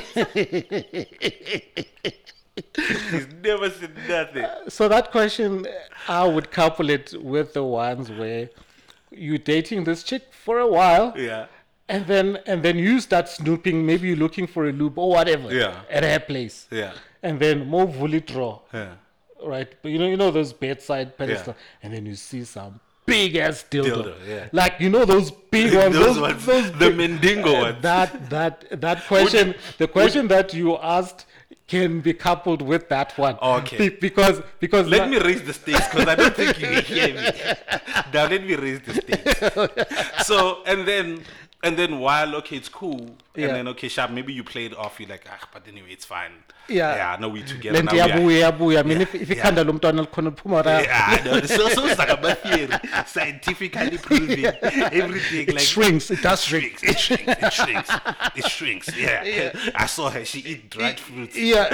the guy after. He's never said nothing. So that question, I would couple it with the ones where you dating this chick for a while. Yeah. And then and then you start snooping, maybe you're looking for a loop or whatever Yeah. at her place. Yeah. And then more vully draw, Yeah. right? But you know, you know those bedside pedestal, and then you see some big ass dildo. Dildo, yeah. Like you know those big ones, Those those, ones, those the Mandingo Uh, ones. That that that question, the question that you asked can be coupled with that one. Oh, Okay. Be- because because Let na- me raise the stakes because I don't think you hear me. Now let me raise the stakes. so and then and then while okay it's cool Yeah. and then okay sharp maybe you played off you're like ah but anyway it's fine Yeah. yeah no we together le now nto we are- iyabuya iyabuya. I mean, Yeah, if, if yeah. ikhanda lomntwana likhona liphuma ra- yeah, I know. So, so it's like a math theory, scientifically proven everything. it like shrinks, it does shrink. shrinks, it shrinks, it shrinks, it shrinks. Yeah. I saw her. She eat dried fruits. Yeah.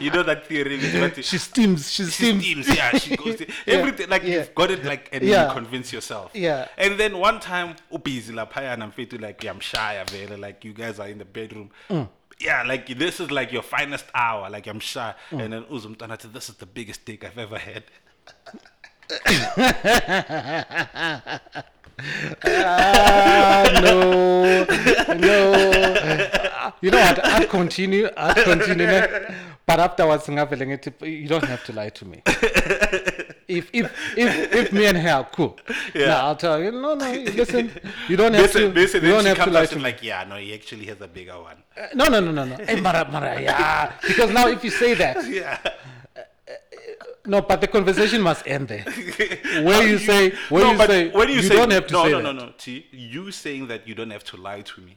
you know that theory. with what- she steams. She she steams. steams, yeah, she goes to, everything like yeah. you've got it like and Yeah. you convince yourself. Yeah. And then one time Ubizi Lapaya and Amfitu like yeah, I'm shy Avela, like you guys are in the bedroom. Mm. Yeah, like this is like your finest hour, like I'm shy. Mm. And then Uzum Tanati, this is the biggest dick I've ever had. Ah, no, no. You know what? I'll continue. I'll continue. ne? But afterwards, ngavele ngithi, you don't have to lie to me. if if if if me and her are cool, yeah, I'll tell you. No, no, listen, you don't have Listen, to. listen, you and don't she have to comes lie up to and me. like, yeah, no, he actually has a bigger one. Uh, No, no, no, no, no. Eh, Mara, Mara, yeah. Because now, if you say that, Yeah. no, but the conversation must end there. Where How you do say- where no, you but say, when you, you say, don't have to no, say no, that. no, no, T, you saying that you don't have to lie to me.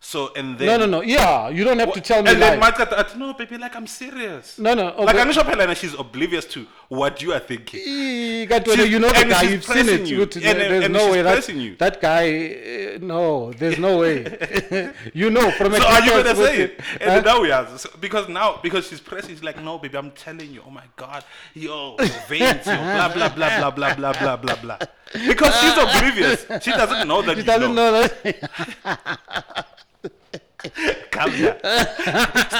So and then No, no, no. Yeah, you don't have to tell me and then lies. Margaret, at- no, baby, like I'm serious. No, no. Like okay. Anusha Pelana, she's oblivious to what you are thinking. Eh, God, well, She's- you know the and guy. she's You've seen pressing it. you. Ruth, And- there- and- there's and no she's way that pressing you. that guy. eh, No, there's no way. you know from So are you experience gonna with say it? it, And huh? then now we are so, because now because she's pressing. She's like, no, baby, I'm telling you. Oh my god, yo, your veins, yo, blah blah blah blah blah blah blah blah blah. Because she's oblivious. She doesn't know that. She you doesn't know. know that. Come here.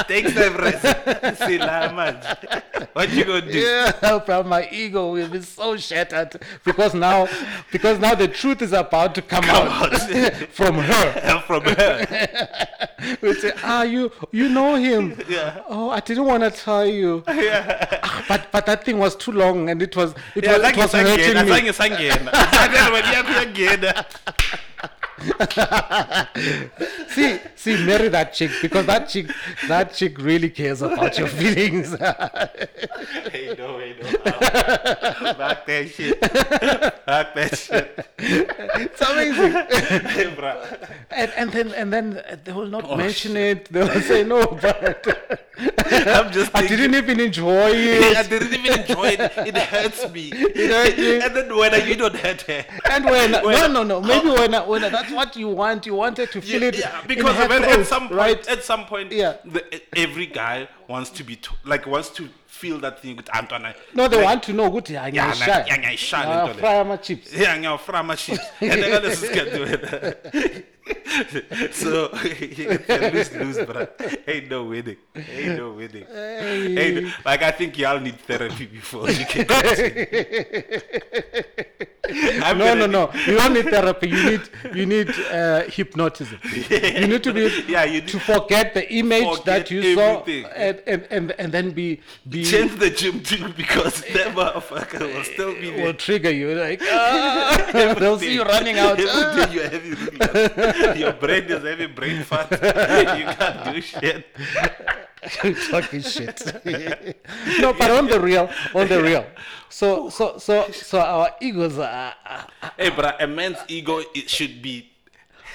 Steaks everything. Sila manje. What you gonna do? yeah, from my ego will be so shattered because now, because now the truth is about to come, Come out out. from her. From her. We say, ah, you you know him. Yeah. Oh, I didn't want to tell you. Ah, but but that thing was too long, and it was it Yeah, was, it zange was hurting sangena, me. zange sangena. Zange yakho yangena. see, see, marry that chick because that chick, that chick really cares about your feelings. Hey, no, hey, no. Back that shit. Back that shit. it's amazing. Hey, bruh. And, and then, and then uh, they will not mention it. They will say no, but I'm just I thinking. didn't even enjoy I it. didn't even enjoy it. It hurts me. hurt you. and then when I- you don't hurt her. And when, When- no, no, no, maybe when, when that's what you want. You wanted to feel Yeah, it. yeah, in because her when- throat, at some point, right? at some point, Yeah. the, every guy wants to be to, like wants to feel that thing with Antoine. No, they like, want to know. Good, yeah, yeah, like, yeah, yeah, shy, Uh, don't fry my chips. Yeah, I'm gonna fry my shit. And then this is gonna do it. so lose lose, but ain't no winning. Ain't no winning. Ain't no- like I think y'all need therapy before you can. I'm No, no, gonna no. You don't need therapy. You need, you need uh, hypnotism. You need to be Yeah, you to need forget the image that Forget you saw everything. and, and, and, and then be be change the gym too because that motherfucker will still be will there. trigger you like ah, they'll see you running out. Ah. Every day you're heavy. Your- Your brain is heavy brain fat. You can't do shit. talking shit. no, but on the real, on the real. So so so so our egos are. are are- Hey, but a man's ego it should be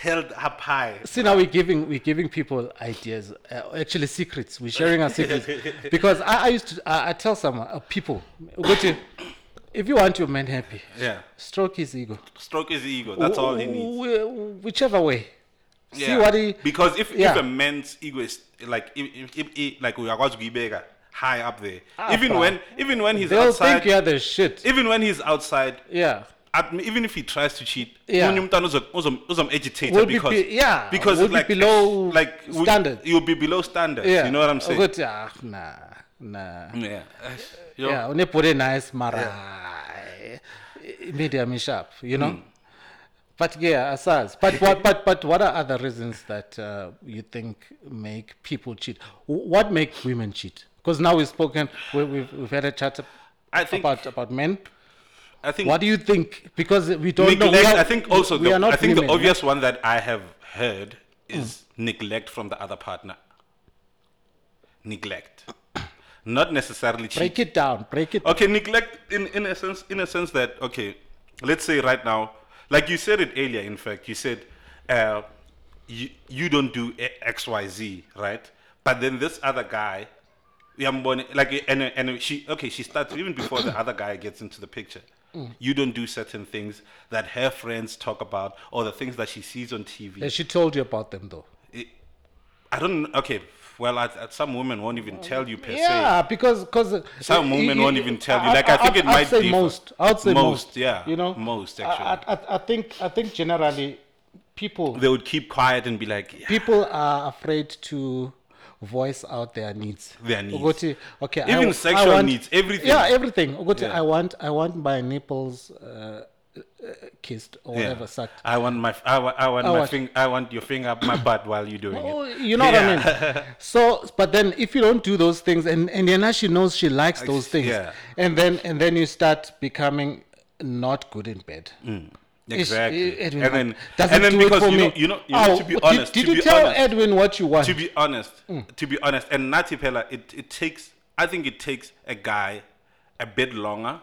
held up high. See now we're giving we're giving people ideas, uh, actually secrets. We're sharing our secrets because I, I used to I, I tell someone uh, people, ukuthi, if you want your man happy, Yeah. stroke his ego. Stroke his ego. That's all he needs. Wh- wh- Whichever way. See Yeah. what he. because if, yeah. if a man's ego is like if, if, if like we are going to be bigger, high up there. Ah, even bruh. when even when he's They'll think outside, you're the shit. even when he's outside, Yeah. at, even if he tries to cheat, Yeah. omunye umntwana uzom- uzom- uzom-agitate-a Will be because be- yeah, because will be like below like we- standard. You'll be below standard. Yeah. You know what I'm saying? Ukuthi, ah, nah, nah. Yeah. Yo, Yeah, unebody nice, mara. eh, Medium sharp, you know? Mm. But yeah, asas. But what, but, but what are other reasons that uh, you think make people cheat? Wh- What make women cheat? Because now we've spoken, we, we've, we've had a chat I think about, about men. I think What do you think? Because we don't know. neglect. We are- I think also we the, are not I think women, the huh? obvious one that I have heard is neglect from the other partner. Neglect, not necessarily cheat. Break it down. Break it. Okay, neglect in in a sense in a sense that okay, let's say right now, like you said it earlier. In fact, you said uh, you you don't do e- X Y Z right, but then this other guy. uyambone- Like and and she okay she starts even before the other guy gets into the picture. You don't do certain things that her friends talk about or the things that she sees on TV. That she told you about them, though. I don't okay. Well, I, I- some women won't even tell you per se. Yeah, because uh, because Some women won't even tell you. Like, I think it might I'd say differ. most. I'd say most. Most, yeah. You know, Most, I- actually. I, I, I think I think generally, people They would keep quiet and be like, yeah, people are afraid to voice out their needs. Their needs. Ukuthi, okay, I w- Even I sexual want- needs, everything. Yeah, everything. Ukuthi, Yeah. I want I want my nipples uh, uh, kissed or Yeah. whatever sucked. I want my I, wa- I want I my want- fing, I want your finger up my butt while you're doing Oh, it. you know what I mean. So, but then if you don't do those things, and and Yana she knows she likes those things, yeah. and then and then you start becoming not good in bed. Mm, Exactly. Is- eh, Edwin, and then doesn't and then do it because for you me. know you know you know, Oh, to be did- honest Did, to you be tell Hmm. honest Edwin what you want? to be honest, to be honest, and Nati Pella, it, it takes. I think it takes a guy a bit longer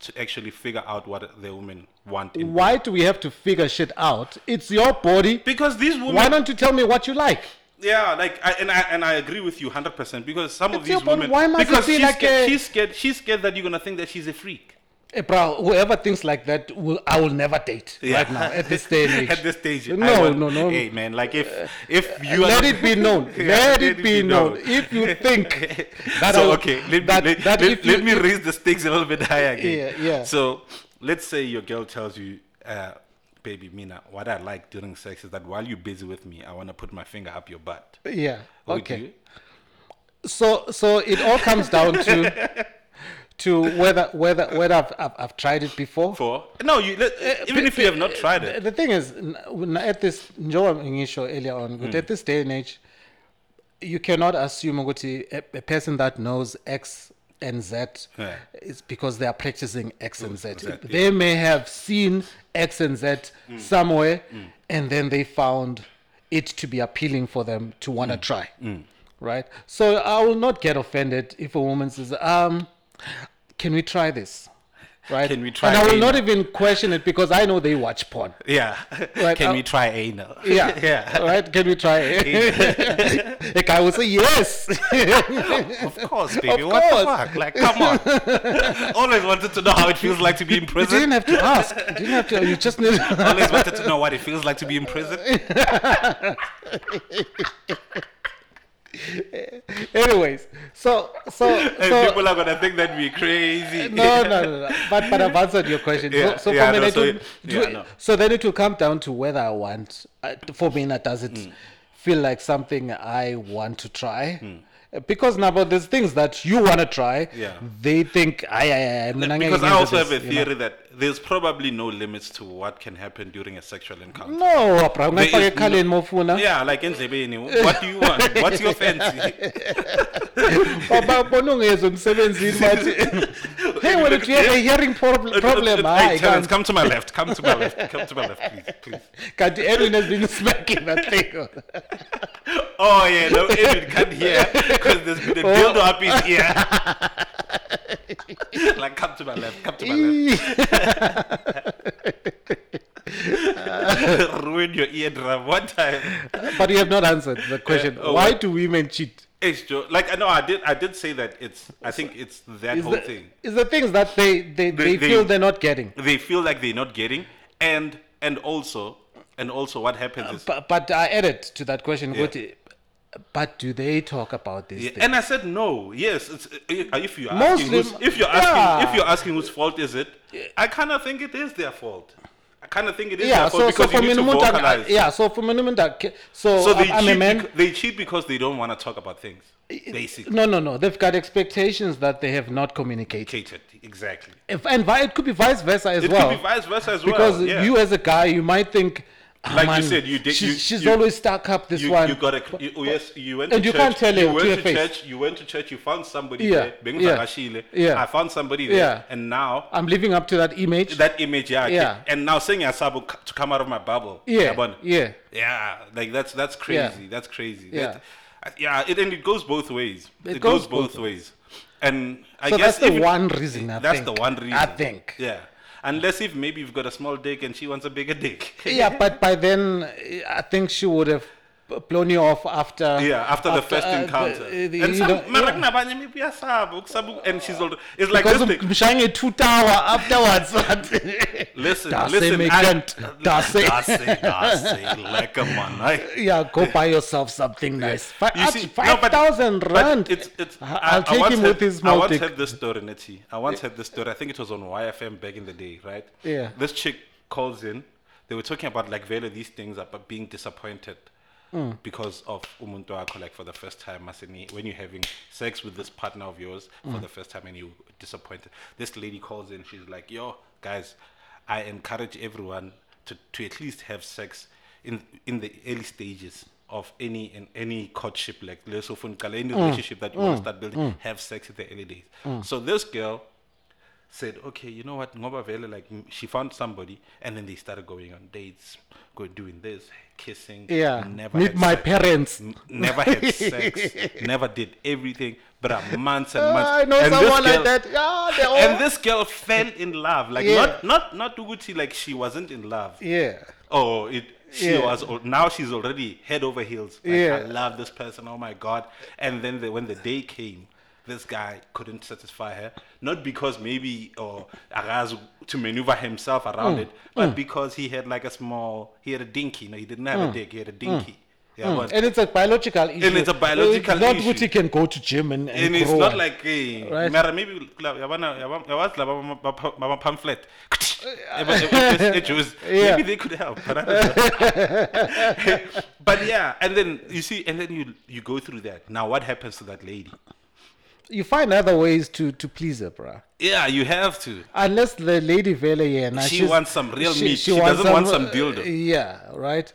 to actually figure out what the women want. In Why do we have to figure shit out? It's your body. because these Why women, don't you tell me what you like? yeah, like, I, and I and I agree with you hundred percent because some of It's your these body. women, Why must it because be she's, like scared, a- she's scared, she's scared that you're gonna think that she's a freak. Eh, bro, whoever thinks like that, will, I will never date right now at this day and age. At this stage, I No, want- no, no. Hey, man, like if if you are let not- it be known. Yeah, let it be known. If you think that so I- okay, let me that- let, that let- if you- let me if- raise the stakes a little bit higher again. Yeah, yeah. So let's say your girl tells you, uh, "Baby Mina, what I like during sex is that while you're busy with me, I want to put my finger up your butt." yeah, Would okay. you? so so it all comes down to to whether whether whether I've, I've, I've tried it before. For no, you let, Uh, even if you have not tried The, it. the thing is, n- when- at this njengoba ngisho earlier on, ukuthi at Mm. this day and age, you cannot assume ukuthi a, a person that knows X and Z Yeah. is because they are practicing X and Z. Z, They may have seen X and Z Mm. somewhere, and then they found it to be appealing for them to want to Mm. try. Right? So I will not get offended if a woman says, um, can we try this? Right? Can we try And I will anal? not even question it because I know they watch porn. Yeah. Right, Can I'll- we try anal? Yeah. yeah. Right? Can we try it? the guy will say yes. Of course, baby. Of what the course. fuck? Like, come on. Always wanted to know how it feels like to be in you prison. didn't have to ask. You didn't have to. You just need. Always wanted to know what it feels like to be in prison. Anyways, so so And so. people are gonna think that we're crazy. No, no, no, no. But but I've answered your question. Yeah, so so yeah, for me, no, it so will- it- do- yeah, no. so then it will come down to whether I want. Uh, for me, that does it Mm. feel like something I want to try. Uh, Because now, but there's things that you want to try. Mm. Yeah. They think I. I, I mina ngeke Because I ngenze also this," have a you know. theory that there's probably no limits to what can happen during a sexual encounter. No, bro. There is ungayifaka ekhaleni no- mofuna. Yeah, like in Zebeni, what do you want? What's your fancy? babona ungeza emsebenzini bathi hey well you have a hearing prob- problem ah, Hey, hayi Terrence, kanti come to my left. Come to my left. Come to my left, please, please. kanti edwin has been smacking that thing Oh yeah, no, Edwin can't hear because there's been a Oh. dildo up his ear. like, come to my left, come to my left. Ruin your eardrum one time. but you have not answered the question oh, why what? do women cheat It's jo- like I know I did I did say that it's I think it's that is whole the, thing. is the things that they they, they, They- they- feel they're not getting They feel like they're not getting and and also and also what happens is but, but i added to that question ukuthi, but do they talk about these Yeah, things and I said no. Yes, it's, uh, if you're asking, Mostly- who's, if you're yeah. asking, if you're asking whose fault is it, I kind of think it is their fault. I kind of think it is yeah their so, fault so because for you need to mina umuntu vocalize. ak- yeah so for mina umuntu ak- so, So they Oh, I'm a cheat. man bec- they cheat because they don't want to talk about things. Basically, No, no, no. They've got expectations that they have not communicated. catered exactly. If, and vi- it could be vice versa as It well. could be vice versa as well. because yeah. you, as a guy, you might think, "Ah, Like you man, said, you did- she's, you- she's you- always stuck up this you, one. you got a you, oh, yes you went and to you church, can't tell you her went to to her face. church you went to church you found somebody Yeah, there being yeah, Vakashile, yeah. I found somebody there Yeah. and now I'm living up to that image. that image yeah, I Yeah. can- and now saying Asabu c- to come out of my bubble yeah, yabona? yeah. yeah like that's that's crazy that's crazy Yeah. That- I- yeah it, and it goes both ways It it, goes goes, both ways and I So guess that's the if- one reason. I that's think. the one reason I think. Yeah. yeah unless if maybe you've got a small dick and she wants a bigger dick but by then, eh, I think she would have b- blown you off after. Yeah, after, the first uh, encounter. the- the- and you some, know, mara yeah. kunabanye maybe uyasaba, ukusaba- and she's older. It's like Because this thing. mshaying a two tower afterwards. Listen, Dase listen. I- mekant, dase. Dase, dase, like a man. I- Yeah, go buy yourself something nice. Fi- You at see, no, but- 5,000 but rand. It's, it's, I- I'll I take once him had- with his I once Maltic. had this story, Nettie. I once had this story. I think it was on YFM back in the day, right? Yeah. This chick calls in. They were talking about like vele these things about being disappointed because of umuntu wakho, like for the first time, maseni, when you're having sex with this partner of yours for the first time and you disappointed. This lady calls in. She's like, "Yo, guys." I encourage everyone to, to at least have sex in in the early stages of any in any courtship, like let's often call any relationship that you want to start building, have sex in the early days. So this girl said, okay, you know what, Ngoba Vele, like mm, she found somebody, and then they started going on dates, going doing this, kissing, Yeah. had Meet my sex, parents. n- never had sex, never did everything, but uh, months and months. Ah, I know and this someone like girl- that. Yeah, they're all. and this girl fell in love. Like Yeah. not not not Uguti like she wasn't in love. yeah. Oh, it she Yeah. was al- now she's already head over heels. Like, Yeah. I love this person. Oh my god! And then the, when the day came, this guy couldn't satisfy her. Not because maybe or Araz to maneuver himself around Mm. it, but because he had like a small he had a dinky. No, he didn't have Mm. a dick. He had a dinky. Yeah, but- And it's a biological issue. it's a biological It's not issue. what you can go to gym and, and and it's grow not one. like eh, Right. mara maybe kula- yabana yaba- yawazi laba bama- bama- pamphlet Eba- eba- ejuice. Yeah. maybe they could help but, I don't know. but yeah and then you see and then you you go through that now what happens to that lady you find other ways to to please her, bruh. yeah you have to Unless the lady Vele yeah, nah, She she's- wants some real meat. She doesn't want some dildo. uh, Yeah, right.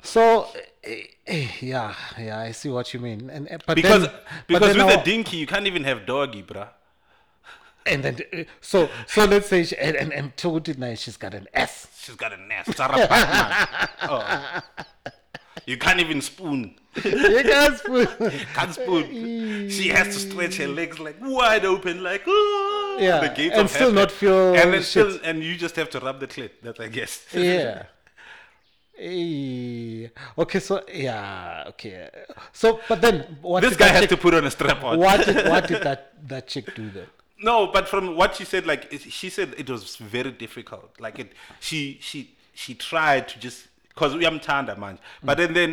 So, eh, eh, yeah, yeah, I see what you mean. And eh, but because then, but because then with now- a dinky you can't even have doggy bruh and then eh, so so let's say she, and and, and told it now she's got an S. she's got a nest Sarah Bachman. oh. you can't even spoon You guys put- can't spoon. She has to stretch her legs like wide open, like oh, Yeah, the gates and of still heaven. not feel and then shit. still, and you just have to rub the clit. That I guess. yeah. Eh, Okay, so yeah, okay. So, but then what? this did guy that has chick, to put on a strap on. What did, what did that that chick do then? No, but from what she said, like it, she said, it was very difficult. Like it, she she she tried to just because we am tanda Mm. man, but then then.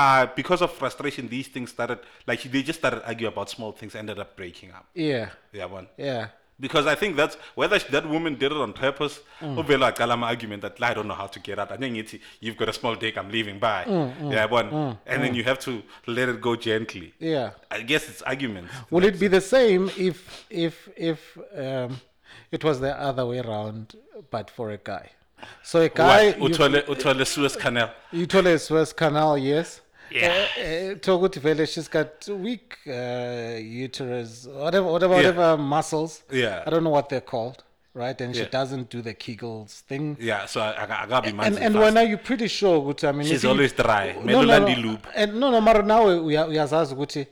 Uh, because of frustration, these things started like they just started arguing about small things, ended up breaking up. Yeah, Yeah, one. yeah. Because I think that's whether sh- that woman did it on purpose. Mm. Obviously, I got an argument that "Lah, I don't know how to get out. I think it's you've got a small dick. I'm leaving. Bye. Mm, yeah, but and then you have to let it go gently. Yeah. I guess it's arguments. Will it be the same if if if um, it was the other way around, but for a guy? So a guy What? Uthole uthole Suez Canal. you, you told a Suez Canal, yes. Yeah. Uh, Togut Vele, she's got weak uh, uterus, whatever, whatever, Yeah. whatever muscles. Yeah. I don't know what they're called, right? And she Yeah. doesn't do the Kegels thing. Yeah, so I, I, got- I gotta be And mindful. and when are you pretty sure? Ukuthi, I mean, She's if you- always dry. no, no, Melulandi no. loop. And no, no, mara now we are we are ukuthi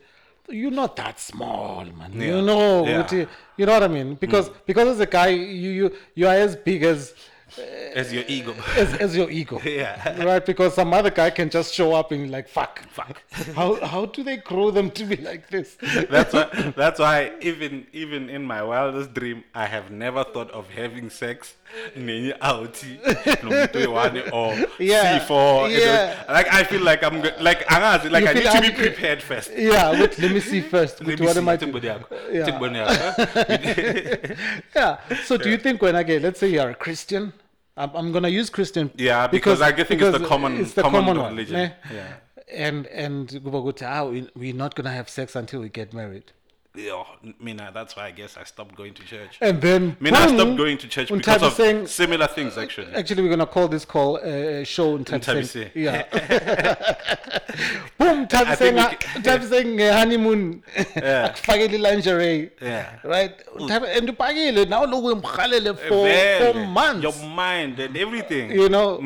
you're not that small, man. Yeah. You know, Yeah. Mm. ukuthi- you know what I mean? Because because as a guy, you you you are as big as As your ego. as, as your ego. Yeah. Right? Because some other guy can just show up and like fuck. Fuck. How how do they grow them to be like this? That's why. That's why. Even even in my wildest dream, I have never thought of having sex nenye outie nomuntu one or Yeah, C4. you know. yeah. Like I feel like I'm go- like angazi like You I feel need to be angry. prepared first. yeah, but let me see first. Let ukuthi me what see am I timboni doing? yakho. Yeah. Timboni yakho. Yeah. So do you think when again, let's say you are a Christian, I'm, I'm gonna use Christian. Yeah, because I think it's the because common- it's the common common, religion. One, ne? Yeah. And and kuba kuthi, ah, we, we're not gonna have sex until we get married. Yeah, mina. That's why I guess I stopped going to church. And then Mina, I boom, stopped going to church because Untabi of saying- similar things actually. Actually, we're gonna call this call uh, show Untabi saying, Untabi say. yeah. Boom, Untabi I think saying, we uh, ca- Untabi saying uh, honeymoon, Yeah. akufakele lingerie, Yeah. right? Untabi- And upakile now, look, umhalele for Vele, for months. Your mind and everything. you know,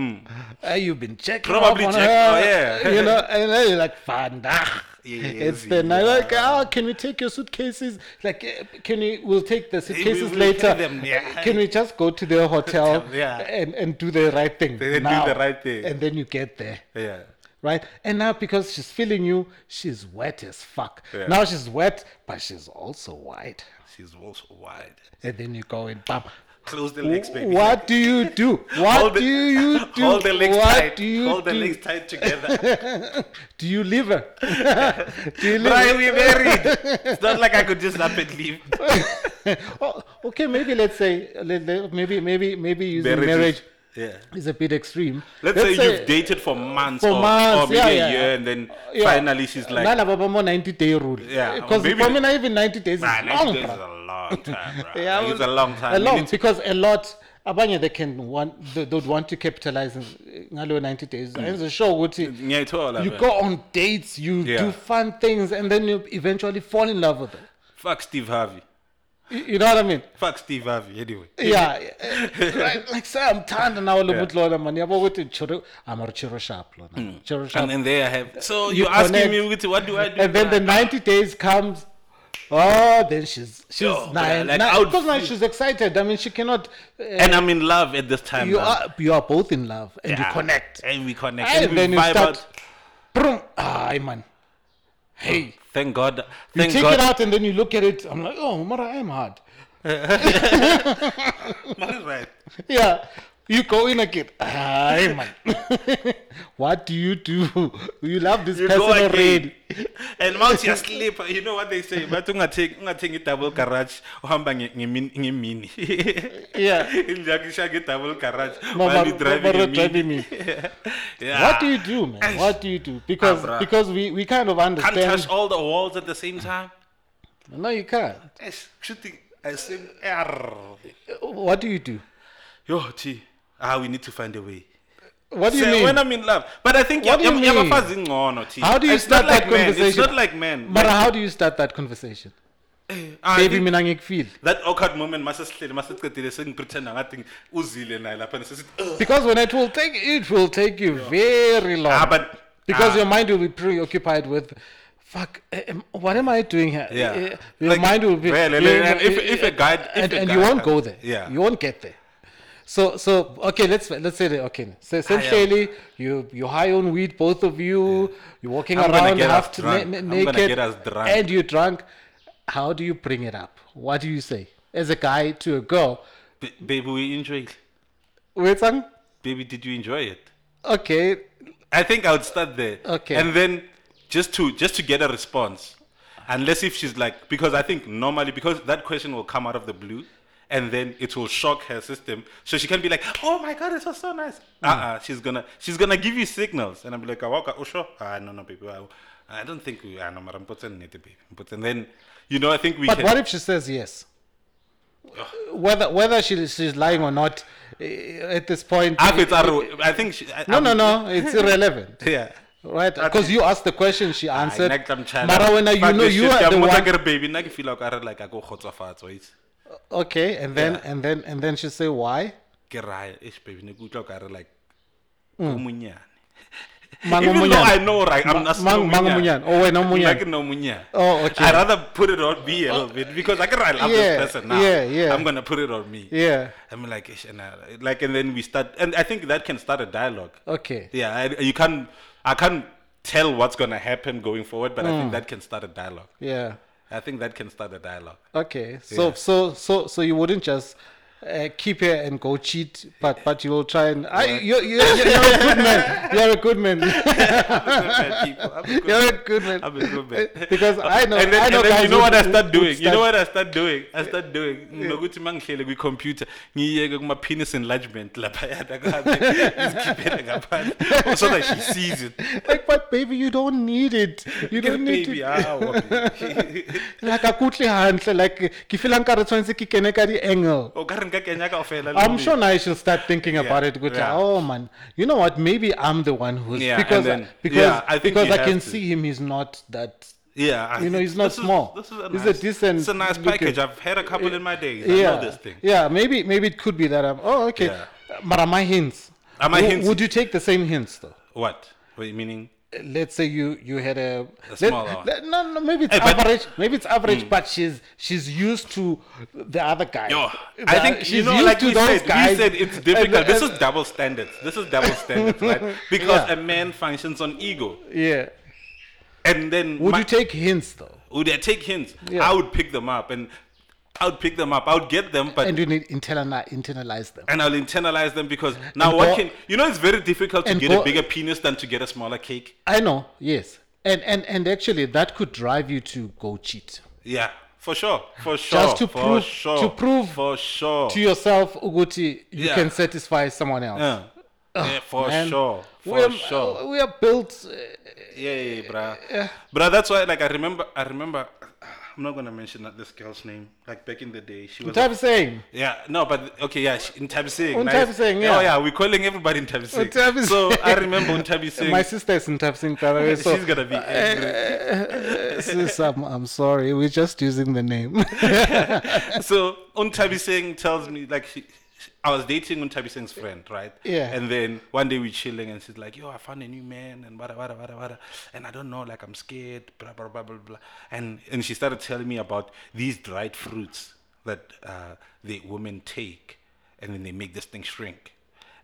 uh, you've been checking Mm. Probably up on check- her, oh, yeah. you know, and then you're like, "Van Dach." it's the night. Like, oh, can we take your suitcases? Like, eh, can we? We'll take the suitcases we'll later. carry them, yeah. Can we just go to the hotel yeah. and and do the right thing? They do now? the right thing. and then you get there. Yeah. Right and now because she's feeling you, she's wet as fuck. Yeah. Now she's wet, but she's also white. She's also wide. And then you go and bam, Close the legs, baby. what do you do? What Hold the- do you do? Hold the legs what tight. do you Hold do? the legs tight together. Do you leave her? do you leave Brian, her? we married. It's not like I could just up and leave. Oh, okay, maybe let's say let- let- maybe maybe maybe using Marriage is- marriage Yeah. is a bit extreme. Let's, say, you've dated for months, for or, months, or maybe yeah, a yeah, year, yeah. and then yeah. finally she's like, Nala baba mo 90 day rule. Yeah, or Because maybe for the- me, not even 90 days is "Man, long. this is bruh. a long time, bro. Yeah, it's a long time. A You long need to- because a lot abanye they can want they, they'd want to capitalize eh, ngalo 90 days Mm. ayenzisure ukuthi ngiyayithola you man. go on dates you Yeah. do fun things and then you eventually fall in love with it fuck steve harvey You- you know what i mean fuck steve harvey anyway yeah eh, like, like say i'm tanda nawo lo muti lona mani yabo kuti chiro i'm a chiro sharp lona chiro sharp Mm. and then there i have so You you're asking connect. me ukuthi what do i do and then the 90 days comes oh then she's she's Yo, nine, like, I nine would because now feel- she's excited i mean she cannot uh, and i'm in love at this time you man. are you are both in love and Yeah. you connect and we connect and, we then you vibe start out. Brum, ah man hey thank god you thank take god it out and then you look at it i'm like oh mara i'm hard Mari's right. yeah you go in again. Hey man, what do you do? You love this You person go already. again. and once you sleep you know what they say bathi ungathengi ungathengi double garage uhamba nge- ngemini- ngemini Yeah. injakisha double garage No, while but- you but we're driving driving ngemini. yeah. What do you do, man? Eish. What do you do? Because Ah. bruh. because we, we kind of can't touch understand. all the walls at the same time No, you can't. Eish, shooting I sing err. What do you do? yo t ah we need to find a way What do you So mean? when I'm in love, but I think What do you yab- mean? yabafazi ingcono, T. how do you It's start not like that men. conversation? It's not like men. But Men- how do you start that conversation? Ah, I Baby, think mina ngikufeel. that awkward moment masesihleli masesicedile sengipretend angathi uzile naye lapha nesithi "Ugh." Because when it will take it will take you very long. Ah, but- because ah. your mind will be preoccupied with. Fuck! eh, em, What am I doing here? Yeah. Eh, Your Like, mind will be. well, and- you- and if- if a guy- if and, a and guy you won't has- go there. yeah. You won't get there. So so okay, let's let's say that okay. So essentially, you you high on weed, both of you. You're walking I'm gonna around get half us to drunk. na- I'm na- gonna naked, get us drunk. and you're drunk. How do you bring it up? What do you say as a guy to a girl? Ba- baby we enjoyed Wait, son. baby did you enjoy it Okay, I think I would start there. Okay. And then just to just to get a response, unless if she's like, because I think normally because that question will come out of the blue, and then it will shock her system, so she can be like, "Oh my god, this was so nice." Mm. Uh-uh, she's gonna she's gonna give you signals, and I'm like, "Awaka, oh sure, ah no no baby, I, I don't think we, ah no mara important baby, but and then you know I think we But can. what if she says yes? Whether whether she, she's lying or not, eh, at this point, Ah, it's eh, arro- I think she, I, no, I'm- no, no, it's irrelevant, yeah. right? Because you asked the question, she I answered. like them child. Mara, when are you Fuck know this you shit, are yeah, the mother one. girl, baby, na ke feel-a okare like I go kgotsofatswa, it's- Okay, and then and then and then she say why? ke raya eish baby ne ke utlwa okare like o monyane Mm. Mang o even though monyane? I know right I'm not Mang- mang o monyane? Oh, wena o monyane. like no monyane Oh, okay. Oh. I rather put it on me a little bit because I can I love Yeah, this person now yeah, yeah. I'm gonna put it on me Yeah. I'm like eish, and I, like and then we start and I think that can start a dialogue Okay. yeah I, you can I can't tell what's gonna happen going forward but I Mm. think that can start a dialogue Yeah. I think that can start a dialogue Okay. So so so so you wouldn't just. Uh, keep her and go cheat, but but you will try and I, you, you, you're a good man. You're a good man. You're a good man. I'm a good man. Because I know- And then, I know and then guys you know who- what I who- start who doing. You know start- what I start doing. I start doing. Nokuthi mangihlele kwi computer ngiyeke kuma penis enlargement lapha yadakabe. Isikhiphele ngaphandle. Oh, So that she sees it. like, but baby, you don't need it. You don't need Baby, it. how? like akutli hantle like ke feel like re tshwanetse ke kene ka di-angle O Oh, ka re nka kenya kaofela le i'm mme. sure now she'll start thinking about it good Mm. yeah. oh man you know what maybe i'm the one who's Yeah, and because then- because yeah, I think because you i can have to. see him he's not that Yeah, I You know, think he's not this is- small. this is a He's a nice- decent It's a nice looking- package. I've had a couple in my days. I know yeah this thing. yeah maybe maybe it could be that i'm oh okay Yeah. but am i hints Am I Wo- hints? would you take the same hints though What? What you meaning? let's say you you had a, A smaller one. let- no no maybe it's Hey, but- Mm. average maybe it's average but she's she's used to the other guy Yo, The- I think you she's know, used like to we those said, we guys. said it's And- uh, difficult. This and- is double standards. This is double standards, right? Because Yeah. a man functions on ego, yeah and then would my- you take hints though would I take hints? Yeah. I would pick them up, and I would pick them up. I would get them, but and you need internalize internalize them and I'll internalize them because now And what go- can you know? It's very difficult to and get a go- bigger penis than to get a smaller cake. i know yes and and and actually that could drive you to go cheat Yeah, for sure, for sure, to for prove- sure, to prove for sure. to yourself uguti you Yeah. can satisfy someone else yeah. Yeah, for Oh, man. sure, for we are, sure. we are built uh, Eh, yeah, yeah, bruh. Bruh, that's why like I remember I remember I'm not gonna mention that this girl's name. Like back in the day, she was. Type saying. yeah, no, but okay, yeah, she, Ntabiseng. On Ntabiseng, yeah. Oh yeah, we're calling everybody Ntabiseng. Ntabiseng. So I remember Ntabiseng. My sister is in Type saying, by the way. So Eh, She's gonna be angry. sis, I'm, I'm sorry. We're just using the name. so Untabi Singh tells me like she, she- I was dating Untabi Singh's friend, right? Yeah. And then one day we're chilling and she's like, Yo, I found a new man and bada bada bada bada and I don't know, like I'm scared, blah blah blah blah blah. And and she started telling me about these dried fruits that uh, the women take and then they make this thing shrink.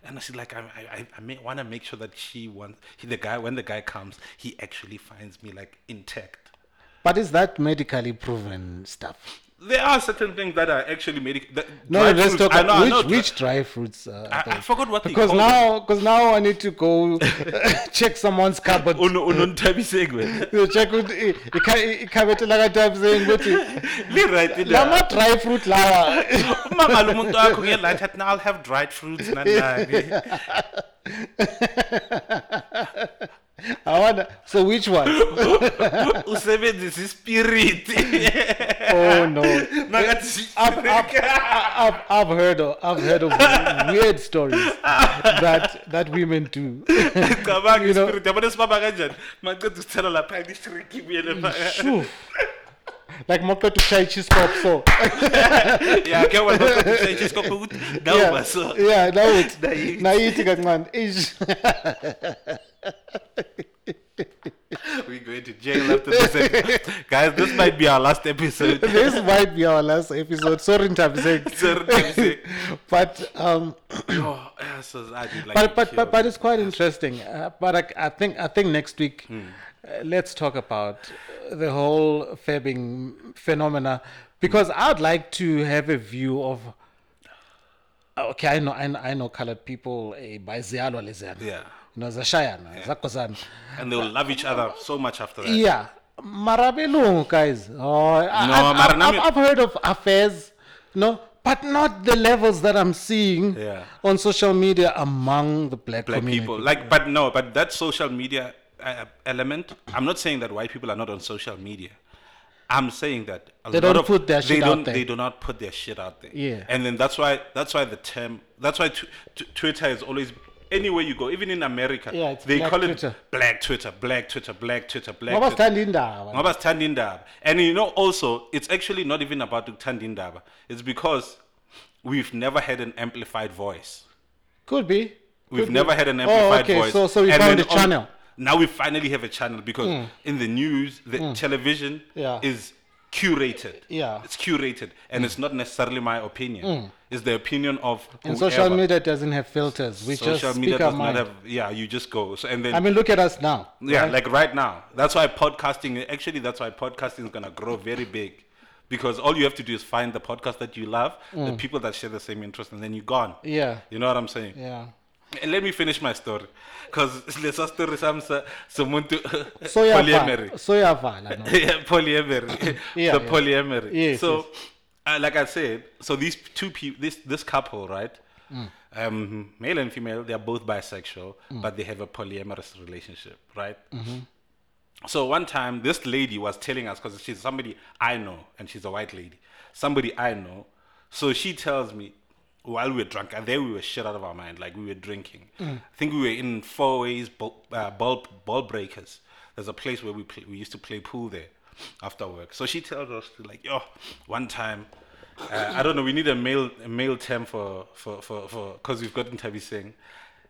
And I said, like, I, I, I- I may want to make sure that she wants, he, the guy, when the guy comes, he actually finds me like intact. but is that medically proven stuff? There are certain things that are actually medical. That No, dry let's fruits- talk I know- I about which, know dry- which dry fruits. Uh, I, I forgot what they because call now, because now I need to go check someone's cupboard. them. Uno- unontabi segue. You check with ikhabethe lakatabzeni ukuthi Li-right in la there. ma-dry fruit lawa Uma ngabe umuntu wakho nge-light at now I'll have dried fruits nani nani. I wonder, so which one? Usebenzise ispirit. Oh no. Makathi si- I've, I've, I've, I've heard of, I've heard of weird stories that that women do. Cabanga You know- ispirit. Yabona sibaba kanjani? Maqeda usithela lapha i-shrink ibuyele phaya. Shoo. Like maqeda ukushaya i-cheesecop so Yeah, ke wena maqeda usishaya isikopho ukuthi yeah, dawuba so. yeah nayithi Nayithi. nayithi kancane Ish. We're going to jail after this episode. Guys, this might be our last episode. this might be our last episode sorry Ntabiseng. Sorry, Ntabiseng. but um Oh, yeah, so I did like but but, kill. but but it's quite interesting. Uh, but I, I think I think next week Hmm. uh, let's talk about uh, the whole fabbing phenomena because I'd like to have a view of. uh, Okay, I know I know, I know colored people eh, by Zialo Leziano. Yeah. You know, Zashayana, Zakozana. and they'll love each other so much after that. Yeah. Marabelungu, guys. Oh, I, I, mara I've, I've, nami- I've heard of affairs, no, but not the levels that I'm seeing Yeah. on social media among the black, Black community. people, like, but no, but that social media uh, element. I'm not saying that white people are not on social media. I'm saying that a They lot don't of- put their they shit out don't- there. They do not put their shit out there. Yeah. and then that's why that's why the term that's why tw- tw- Twitter is always anywhere you go, even in America. Yeah, it's they black call Twitter. it black Twitter, black Twitter, black Twitter, black. ngoba Twitter. sithanda indaba ngoba sithanda indaba and you know also it's actually not even about ukuthanda indaba it's because we've never had an amplified voice could be we've could never be. had an amplified oh, okay. voice so so we And found a then on- channel Mm. now we finally have a channel because in the news the television Yeah. is curated Yeah. Mm. it's curated and it's not necessarily my opinion it's the opinion of and social whoever. media doesn't have filters we social just speak media our does not mind have yeah you just go so, and then i mean look at us now yeah, like right now. That's why podcasting, actually, that's why podcasting is going to grow very big. Because all you have to do is find the podcast that you love, the Mm. people that share the same interest, and then you're gone. yeah You know what I'm saying? yeah And let me finish my story. Because there's a story, some, someone so polyamory. yavala so yavala no Yeah, polyamory. Yeah, the yeah. polyamory. Yes, so, Uh, like I said, so these two people, this this couple, right? Mm. Um, male and female, they are both bisexual, but they have a polyamorous relationship, Mm. right? So one time, this lady was telling us because she's somebody I know, and she's a white lady, somebody I know. So she tells me while we were drunk, and there we were shit out of our mind, like we were drinking. Mm. I think we were in four ways ball, uh, ball ball breakers. There's a place where we play, we used to play pool there after work. So she tells us like, yo, one time. Uh, I don't know. We need a male a male term for for for for because we've gotten Tabi saying,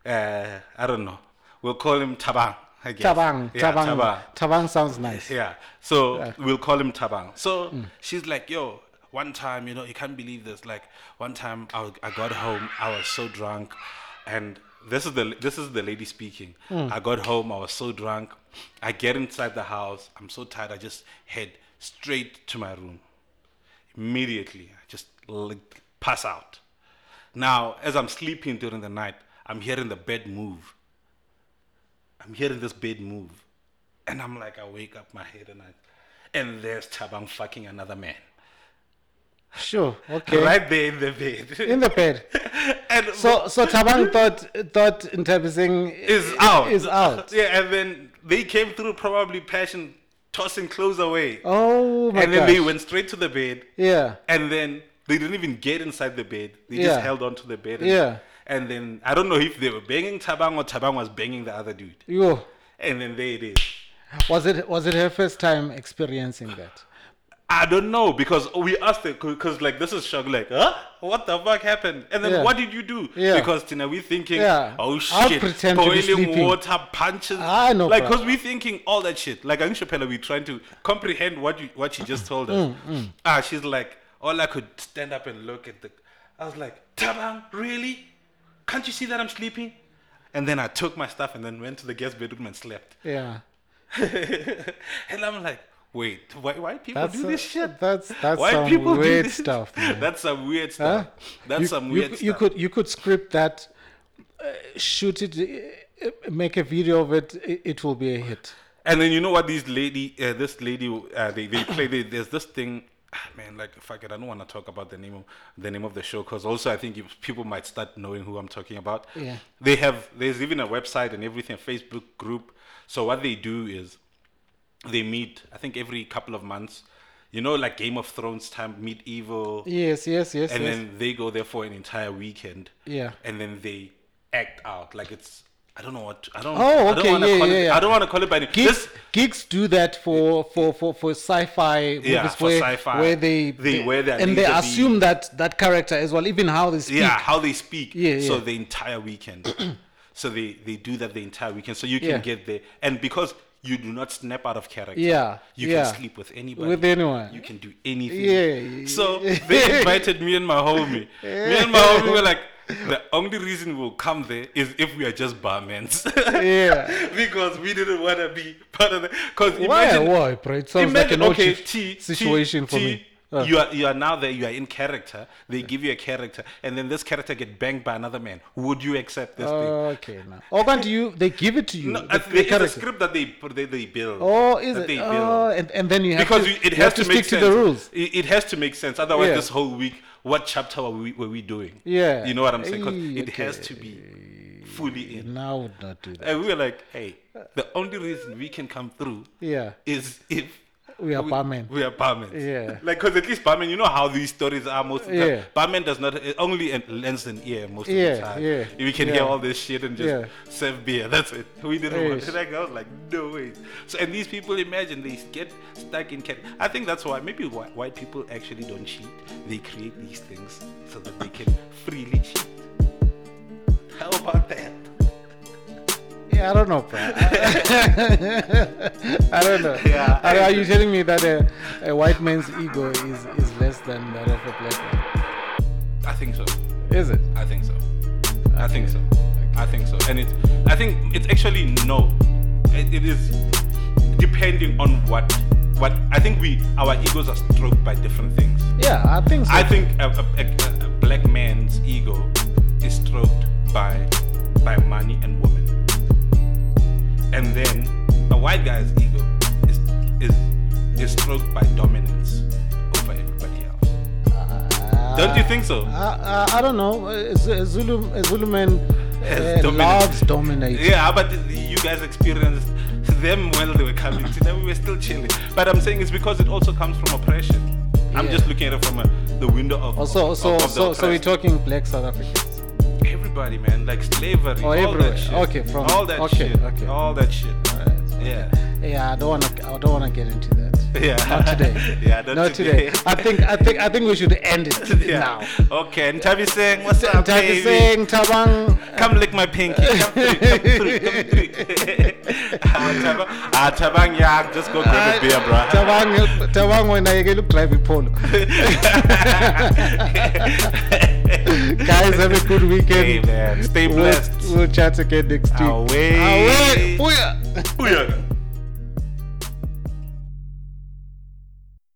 uh, I don't know. We'll call him Tabang. I guess. tabang Yeah, tabang tabang sounds nice yeah. So we'll call him Tabang. So she's like, yo, one time, you know, you can't believe this. Like one time I, I got home, I was so drunk. And this is the this is the lady speaking. I got home, I was so drunk. I get inside the house. I'm so tired. I just head straight to my room. Immediately, I just like, pass out. Now, as I'm sleeping during the night, I'm hearing the bed move. I'm hearing this bed move. And I'm like, I wake up my head and I, and there's Tabang fucking another man. sure okay Right there in the bed. in the bed and so so tabang thought thought interpreting is out. is out Yeah, and then they came through probably passion tossing clothes away. Oh my and then they gosh. went straight to the bed. Yeah. And then they didn't even get inside the bed. They Yeah. just held onto the bed. And, Yeah. And then I don't know if they were banging Tabang or Tabang was banging the other dude. Yo. And then there it is. Was it was it her first time experiencing that? I don't know because we asked it because like this is shock like huh what the fuck happened and then Yeah. what did you do Yeah. because Tina we thinking Yeah. oh I'll shit pretend to be boiling sleeping. water punches Ah, no problem. like because we thinking all that shit like Anshapela we trying to comprehend what you what she just told Mm, us ah she's like all I could stand up and look at the I was like Tabang really can't you see that I'm sleeping and then I took my stuff and then went to the guest bedroom and slept Yeah. and I'm like, wait, why, why people That's do so- this shit? that's- that's why some people do weird this? stuff, man. That's some weird Huh? stuff. That's you, some you weird cou- stuff. you could you could script that, uh, shoot it, uh, uh, make a video of it. It, it will be a hit. and then you know what? These lady, uh, this lady, uh, they they play. They, there's this thing. ah, Man, like fuck it. I don't want to talk about the name of the name of the show because also I think if people might start knowing who I'm talking about. Yeah. They have there's even a website and everything, a Facebook group. So what they do is they meet. I think every couple of months. You know, like Game of Thrones time, medieval. Yes, yes, yes, and yes. then they go there for an entire weekend. Yeah. And then they act out like it's I don't know what I don't. Oh, I don't okay, wanna yeah, call yeah, it, yeah. I don't want to call it by name. Geeks, This- geeks do that for for for, for sci-fi movies Yeah, for where, sci-fi. where they, They wear their and they laser assume that that character as well, even how they speak. yeah, how they speak. Yeah, So yeah. the entire weekend. so they they do that the entire weekend. So you can Yeah. get there, and because you do not snap out of character. Yeah, You yeah. can sleep with anybody. With anyone. You can do anything. Yeah. So they invited me and my homie. Me and my homie were like. The only reason we'll come there is if we are just barmans. Yeah. because we didn't want to be part of the. Because Why? imagine, Why? Bro? It sounds like an Imagine, old okay, shift T, T, situation for T, me. Uh, You are you are now there. You are in character. They give you a character, and then this character get banged by another man. Would you accept this thing? okay, Oh, now. Or can't you? They give it to you. No, Uh, the- I the think there is a character. script that they they, they build. Oh, is that it? They build. Oh, and, and then you have because to, you- you it has have to, stick make to sense. the rules. It, it has to make sense. Otherwise, Yeah. this whole week, what chapter were we, were we doing? Yeah. you know what I'm saying. 'Cause Ay, it has to be fully in. Now would not do that. And we were like, hey, the only reason we can come through Yeah, is if we are barmen. We are barmen. Yeah. Like, because at least barmen, you know how these stories are most of the time. Yeah. Barmen does not, it only en- lends an ear most of Yeah, the time. yeah, We can yeah. hear all this shit and just Yeah. serve beer. That's it. We didn't want Yes. it. Like, I was like, no way. So, and these people, imagine, they get stuck in cat. I think that's why, maybe why, why people actually don't cheat. They create these things so that they can freely cheat. How about that? Yeah, I don't know, bro. I don't know. Yeah, Are, I are you telling me that a, a white man's ego is, is less than that of a black man? I think so. Is it? I think so. I think so. I think so. And it's, I think it's actually no. It, it is depending on what, what I think we, our egos are stroked by different things. Yeah, I think so. I think a, a, a, a black man's ego is stroked by, by money and women. And then a white guy's ego is, is, is stroked by dominance over everybody else. Don't you think so? Ah, I, I, I don't know. Uh, Z- Zulu, uh, Zulu man Yes, uh, dominant. loves dominating. Yeah, but you guys experienced them while they were coming to them. We were still chilling. But I'm saying it's because it also comes from oppression. I'm Yeah. just looking at it from a, the window of Also, of, Oh, so, of the so, so we're oppressed. talking black South Africans. everybody, man, like slavery, Oh, all everywhere. that shit. Okay, from- all that okay, shit, okay. all that shit. Alright. Yeah, Yeah, I don't want to. I don't want to get into that. yeah. Not today. yeah, not, today. I think. I think. I think we should end it yeah. now. Okay, and Tavi saying, what's up, baby? Singh, Tabang. Come lick my pinky. Come through, come through, come through. ah, Tabang, ah, Tabang, yeah, just go grab a beer, bro. Tabang, Tabang wena yeke lokudrive ipolo. Guys, have a good weekend. Hey, man. Stay We'll- blessed. We'll, chat again next week. Away. Away.